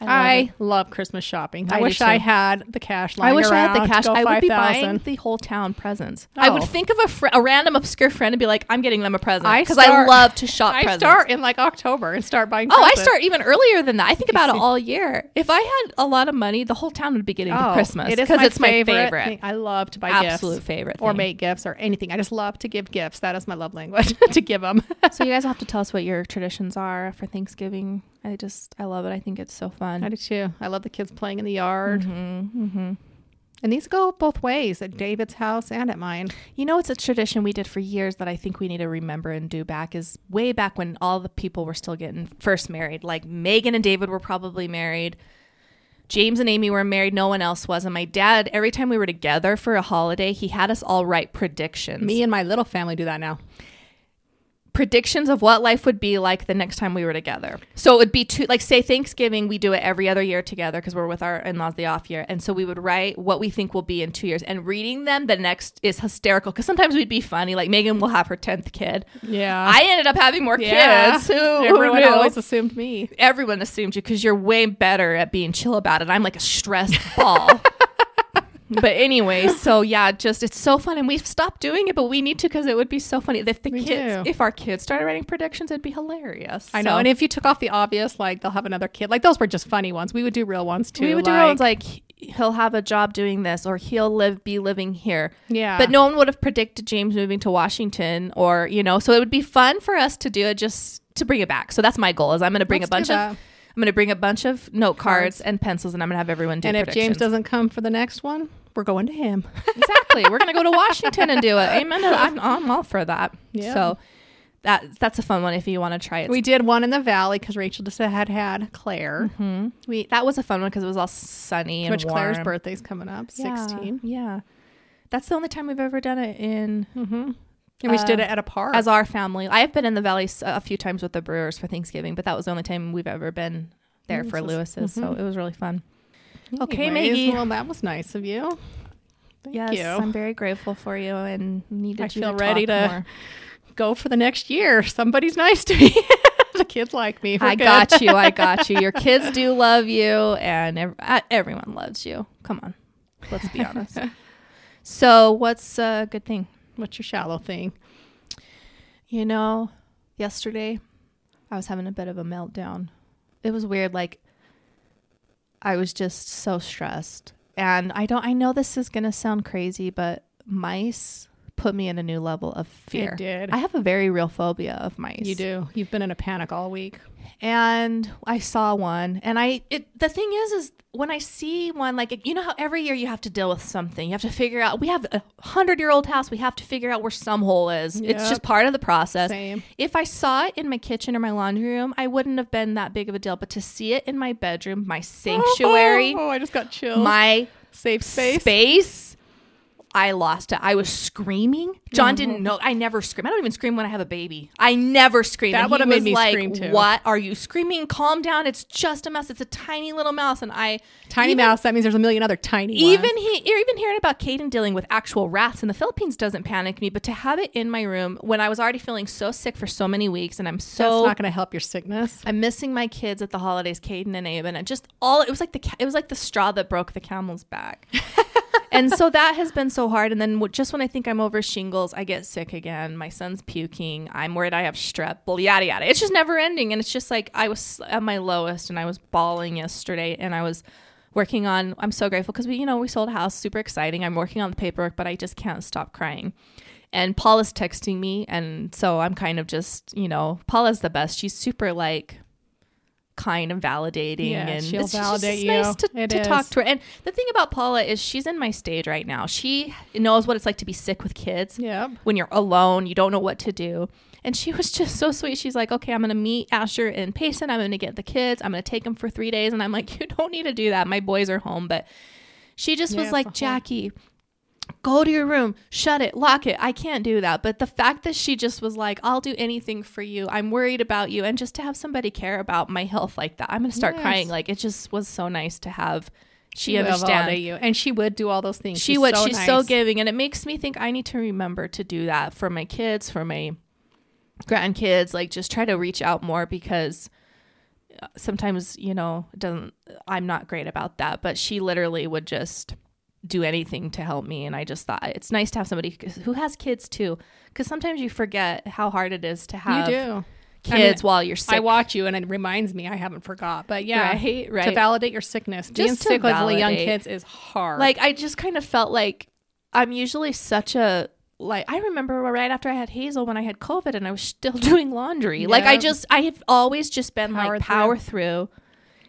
S2: I love
S3: I
S2: it.
S3: love, Christmas shopping.
S2: I
S3: I,
S2: do
S3: wish I
S2: too.
S3: had the cash.
S2: I
S3: Lying
S2: wish I had the
S3: around to
S2: cash.
S3: go
S2: I would be buying
S3: 5,000.
S2: the whole town presents. I would
S3: Oh.
S2: think of a fr- a random obscure friend and be like, "I'm getting them a present"
S3: I
S2: because I
S3: start-
S2: love to shop.
S3: I
S2: presents.
S3: start in like October and start buying.
S2: Oh, I
S3: presents.
S2: start even earlier than that. I think about it
S3: see.
S2: all year. If I had a lot of money, the whole town would be getting
S3: Oh,
S2: for Christmas
S3: It is
S2: because
S3: my
S2: it's
S3: favorite.
S2: my favorite.
S3: thing. I love to buy
S2: Absolute
S3: gifts,
S2: favorite
S3: or
S2: thing.
S3: make gifts or anything. I just love to give gifts. That is my love language *laughs* to give them.
S2: so you guys will have to tell us what your traditions are for Thanksgiving. I just I love it. I think it's so fun.
S3: I do too. I love the kids playing in the yard.
S2: Mm-hmm,
S3: And these go both ways at David's house and at mine.
S2: You know, it's a tradition we did for years that I think we need to remember and do back is way back when all the people were still getting first married. Like Megan and David were probably married. James and Amy were married. No one else was. And my dad, every time we were together for a holiday, he had us all write predictions.
S3: Me and my little family do that now.
S2: predictions of what life would be like the next time we were together. So it would be two, like say Thanksgiving, we do it every other year together because we're with our in-laws the off year, and so we would write what we think will be in two years. And reading them the next is hysterical because sometimes we'd be funny, like Megan will have her tenth kid.
S3: Yeah.
S2: I ended up having more kids. Who, who
S3: Everyone
S2: knew?
S3: always assumed me.
S2: Everyone assumed you because you're way better at being chill about it. I'm like a stressed
S3: *laughs*
S2: ball. but anyway, so yeah, just it's so fun, and we've stopped doing it, but we need to because it would be so funny if the
S3: We
S2: kids,
S3: do.
S2: if our kids started writing predictions, it'd be hilarious.
S3: I know.
S2: So
S3: And if you took off the obvious, like they'll have another kid, like those were just funny ones. We would do real ones too.
S2: we would do our own, like he'll have a job doing this, or he'll live be living here.
S3: Yeah.
S2: but no one would have predicted James moving to Washington, or you know. So it would be fun for us to do it, just to bring it back. So that's my goal. Is I'm going to bring
S3: Let's
S2: a bunch
S3: do
S2: of.
S3: that.
S2: I'm going to bring a bunch of note cards, and pencils, and I'm going to have everyone do.
S3: and if James
S2: predictions.
S3: doesn't come for the next one, we're going
S2: *laughs*
S3: to him.
S2: exactly. We're gonna go to Washington and do
S3: *laughs*
S2: it. Amen. to- I'm, I'm all for that.
S3: Yeah.
S2: So that that's a fun one if you want to try it.
S3: we did one in the valley because Rachel just had had Claire,
S2: we that was a fun one because it was all sunny Mm-hmm. and
S3: which
S2: warm.
S3: Claire's birthday's coming up,
S2: Yeah,
S3: 16.
S2: Yeah. That's the only time we've ever done it in
S3: Mm-hmm. And we just did
S2: Uh,
S3: it at a park.
S2: as our family. I have been in the valley s- a few times with the Brewers for Thanksgiving, but that was the only time we've ever been there for Lewis's. So it was really fun. Okay,
S3: Anyways,
S2: Maggie.
S3: Mm-hmm. Well, that was nice of you. Thank
S2: yes,
S3: you.
S2: I'm very grateful for you and needed
S3: I
S2: you
S3: feel
S2: to
S3: ready
S2: talk
S3: to- *laughs*
S2: more.
S3: Go for the next year. *laughs* Somebody's nice to me. *laughs* the kids like me. We're
S2: I
S3: good.
S2: got you. I got
S3: *laughs*
S2: you. Your kids do love you, and ev- uh, everyone loves you. Come on, let's be
S3: *laughs*
S2: honest. so, what's a good thing?
S3: What's your shallow thing?
S2: You know, yesterday I was having a bit of a meltdown. It was weird. Like, I was just so stressed, and I don't. I know this is gonna sound crazy, but mice put me in a new level of fear.
S3: did.
S2: I have a very real phobia of mice.
S3: You do. You've been in a panic all week.
S2: and I saw one. And I, it, the thing is, is when I see one, like you know how every year you have to deal with something. You have to figure out. We have a hundred-year-old house. We have to figure out where some hole is. It's
S3: Yep.
S2: just part of the process.
S3: Same.
S2: If I saw it in my kitchen or my laundry room, I wouldn't have been that big of a deal. But to see it in my bedroom, my
S3: *laughs*
S2: sanctuary,
S3: Oh, I just got chills.
S2: my
S3: safe
S2: space.
S3: space.
S2: I lost it. I was screaming. John
S3: Mm-hmm.
S2: didn't know. I never scream. I don't even scream when I have a baby. I never scream.
S3: That
S2: And he
S3: would've made
S2: was
S3: me
S2: like,
S3: scream too.
S2: What are you screaming? Calm down. It's just a mouse. It's a tiny little mouse. And I
S3: Tiny
S2: even-
S3: mouse. That means there's a million other tiny
S2: Even
S3: ones.
S2: he, even hearing about Caden dealing with actual rats in the Philippines doesn't panic me. But to have it in my room when I was already feeling so sick for so many weeks, and I'm
S3: That's
S2: so
S3: not going to help your sickness.
S2: I'm missing my kids at the holidays, Caden and Aben, and just all it was like the ca- it was like the straw that broke the camel's back. and so that has been so hard. And then w- just when I think I'm over shingles, I get sick again. My son's puking. I'm worried I have strep. Well, yada yada. It's just never ending, and it's just like I was at my lowest, and I was bawling yesterday, and I was working on. I'm so grateful because we, you know, we sold a house. Super exciting. I'm working on the paperwork, but I just can't stop crying. And Paula's texting me, and so I'm kind of just, you know, Paula's the best. She's super like kind and validating
S3: Yeah,
S2: and
S3: she'll
S2: it's just-
S3: validate
S2: it's nice
S3: you.
S2: to,
S3: It
S2: to talk
S3: is.
S2: to her and the thing about paula is she's in my stage right now she knows what it's like to be sick with kids
S3: Yep.
S2: when you're alone you don't know what to do and she was *laughs* just so sweet she's like okay i'm gonna meet asher and payson i'm gonna get the kids i'm gonna take them for three days and i'm like you don't need to do that my boys are home but she just
S3: Yeah,
S2: was
S3: it's a
S2: like
S3: whole-
S2: jackie go to your room, shut it, lock it. I can't do that. But the fact that she just was like, I'll do anything for you. I'm worried about you. And just to have somebody care about my health like that, I'm going to start
S3: Yes.
S2: crying. Like, it just was so nice to have. She
S3: will validate
S2: understands.
S3: you, and she would do all those things.
S2: She
S3: she's
S2: would.
S3: So
S2: she's so
S3: nice.
S2: giving. And it makes me think I need to remember to do that for my kids, for my grandkids. Like, just try to reach out more because uh, sometimes, you know, it doesn't, I'm not great about that. But she literally would just do anything to help me and i just thought it's nice to have somebody who has kids too because sometimes you forget how hard it is to
S3: You
S2: have
S3: do.
S2: kids
S3: I mean,
S2: while you're sick
S3: I watch you, and it reminds me I haven't forgot. But yeah,
S2: Right,
S3: to
S2: right.
S3: validate your sickness, being
S2: Just to
S3: sick with really young
S2: validate.
S3: kids is hard.
S2: like i just kind of felt like i'm usually such a like i remember right after i had hazel when i had covid and i was still *laughs* doing laundry like i
S3: Yep.
S2: just i have always just been
S3: Power
S2: like
S3: through.
S2: power through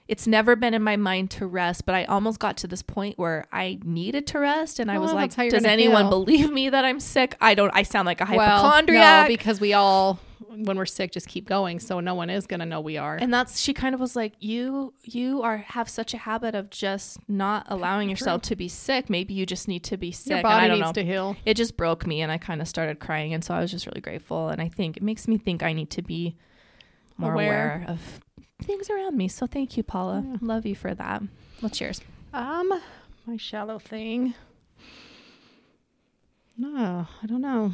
S2: it's never been in my mind to rest, but I almost got to this point where I needed to rest, and I was
S3: Well,
S2: like,
S3: that's how you're
S2: "Does
S3: gonna
S2: anyone
S3: feel."
S2: believe me that I'm sick? I don't. I sound like a
S3: Well,
S2: hypochondriac."
S3: no, because we all, when we're sick, just keep going. So no one is going to know we are.
S2: and that's she kind of was like you you are have such a habit of just not allowing yourself to be sick maybe you just need to be sick
S3: Your
S2: and
S3: body
S2: i don't
S3: needs
S2: know
S3: to heal.
S2: it just broke me and i kind of started crying and so i was just really grateful and i think it makes me think i need to be more aware,
S3: Aware.
S2: of things around me so thank you paula love you for that well cheers
S3: Um, my shallow thing. No, I don't know.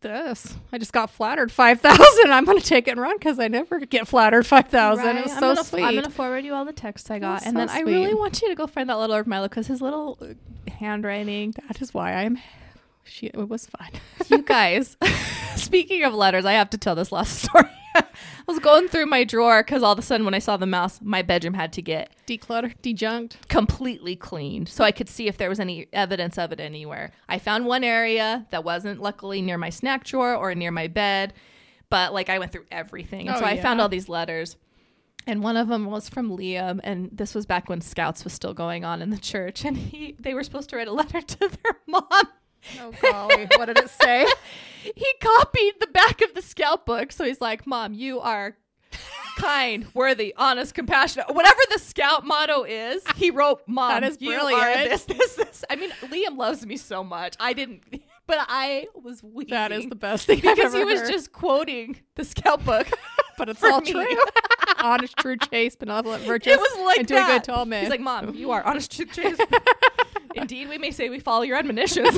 S3: This. I just got flattered 5,000. *laughs* I'm going to take it and run because I never get flattered 5,000. It was
S2: I'm
S3: so
S2: gonna,
S3: sweet.
S2: I'm gonna forward you all the texts I got,
S3: was
S2: and
S3: so
S2: then I really
S3: sweet.
S2: want you to go find that little Org Milo because his little uh, *laughs* handwriting.
S3: that is why I'm. She, it was *laughs* fun.
S2: you guys *laughs* speaking of letters i have to tell this last *laughs* story i was going through my drawer because all of a sudden when i saw the mouse my bedroom had to get
S3: Declutter, dejunked.
S2: completely cleaned so i could see if there was any evidence of it anywhere i found one area that wasn't luckily near my snack drawer or near my bed but like i went through everything and
S3: Oh,
S2: so i
S3: yeah.
S2: found all these letters and one of them was from Liam, and this was back when Scouts was still going on in the church, and he they were supposed to write a letter *laughs* to their mom,
S3: Oh, golly. what did it say?
S2: *laughs* he copied the back of the scout book. So he's like, Mom, you are kind, worthy, honest, compassionate. Whatever the scout motto is, he wrote, Mom,
S3: That is
S2: you are
S3: brilliant.
S2: this, this, this. I mean, Liam loves me so much. I didn't, but I was weeping.
S3: *laughs* That is the best thing I've
S2: Because
S3: ever
S2: he was
S3: heard.
S2: just quoting the scout
S3: *laughs*
S2: book. *laughs*
S3: but it's
S2: for
S3: all
S2: me.
S3: true. *laughs* Honest, true, chase, benevolent, virtuous.
S2: It was like
S3: and doing
S2: that.
S3: good to all men.
S2: He's like, Mom, you are
S3: *laughs*
S2: honest, truth, truth. Indeed, we may say we follow your admonitions.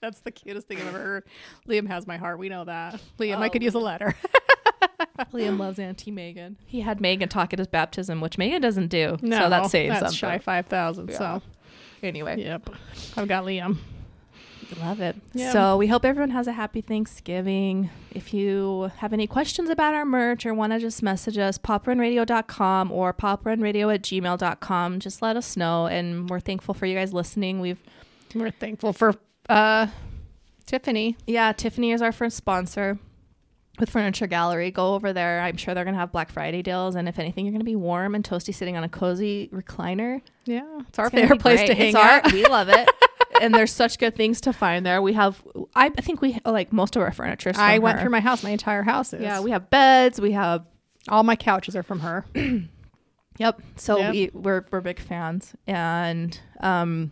S3: That's the cutest thing I've ever heard. Liam has my heart. We know that. Liam, I
S2: Oh.
S3: could use a letter. *laughs*
S2: *gasps* Liam loves Auntie Megan. He had Megan talk at his baptism, which Megan doesn't do.
S3: No,
S2: so that's saying
S3: that's
S2: something.
S3: shy five thousand. So,
S2: Anyway,
S3: yep, I've got Liam.
S2: Love it.
S3: Yeah.
S2: So we hope everyone has a happy Thanksgiving. If you have any questions about our merch or want to just message us, poprunradio.com or poprunradio at gmail.com, just let us know. And we're thankful for you guys listening. We've,
S3: We're thankful for uh, Tiffany.
S2: yeah, Tiffany is our first sponsor with Furniture Gallery. Go over there. I'm sure they're going to have Black Friday deals. And if anything, you're going to be warm and toasty sitting on a cozy recliner.
S3: Yeah, it's our
S2: It's gonna
S3: favorite
S2: be
S3: place to
S2: great.
S3: hang
S2: It's
S3: out.
S2: our- we love
S3: *laughs*
S2: it. and there's such good things to find there. We have, I I think we like most of our furniture. is
S3: I
S2: from
S3: went
S2: her.
S3: through my house. My entire house is.
S2: Yeah, we have beds. We have
S3: all my couches are from her.
S2: yep. So
S3: Yep.
S2: we we're we're big fans, and um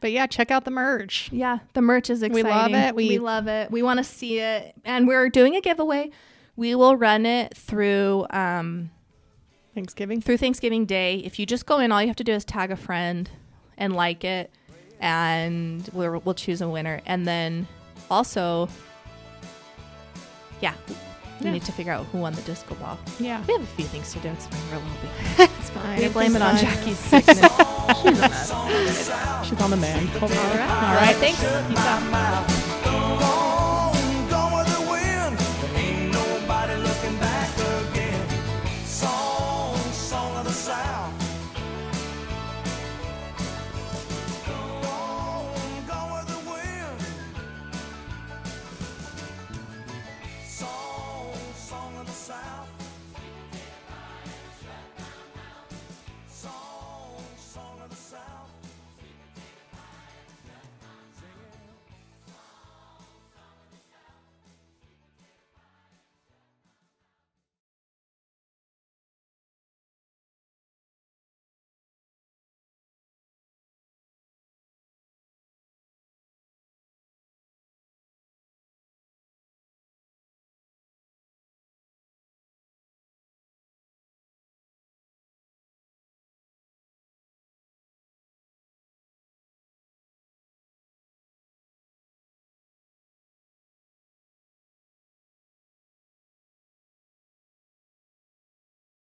S3: But yeah, check out the merch.
S2: yeah, the merch is
S3: We
S2: exciting.
S3: love it.
S2: We,
S3: We-
S2: love it. We want to see it, and we're doing a giveaway. We will run it through um
S3: Thanksgiving.
S2: through Thanksgiving Day. If you just go in, all you have to do is tag a friend and like it, and we'll we'll choose a winner, and then also. Yeah, we
S3: Yeah.
S2: need to figure out who won the disco ball.
S3: Yeah,
S2: We have a few things to do. It's been a real little bit.
S3: it's fine.
S2: We blame it on
S3: It's
S2: Jackie's sickness. *laughs* All
S3: fine. She's on the man. Hold on.
S2: right.
S3: All right.
S2: Thanks. Peace out.
S1: Gone, gone with the wind. Ain't nobody looking back again. Song, song of the South. Gone, gone with the wind. Song, song of the South.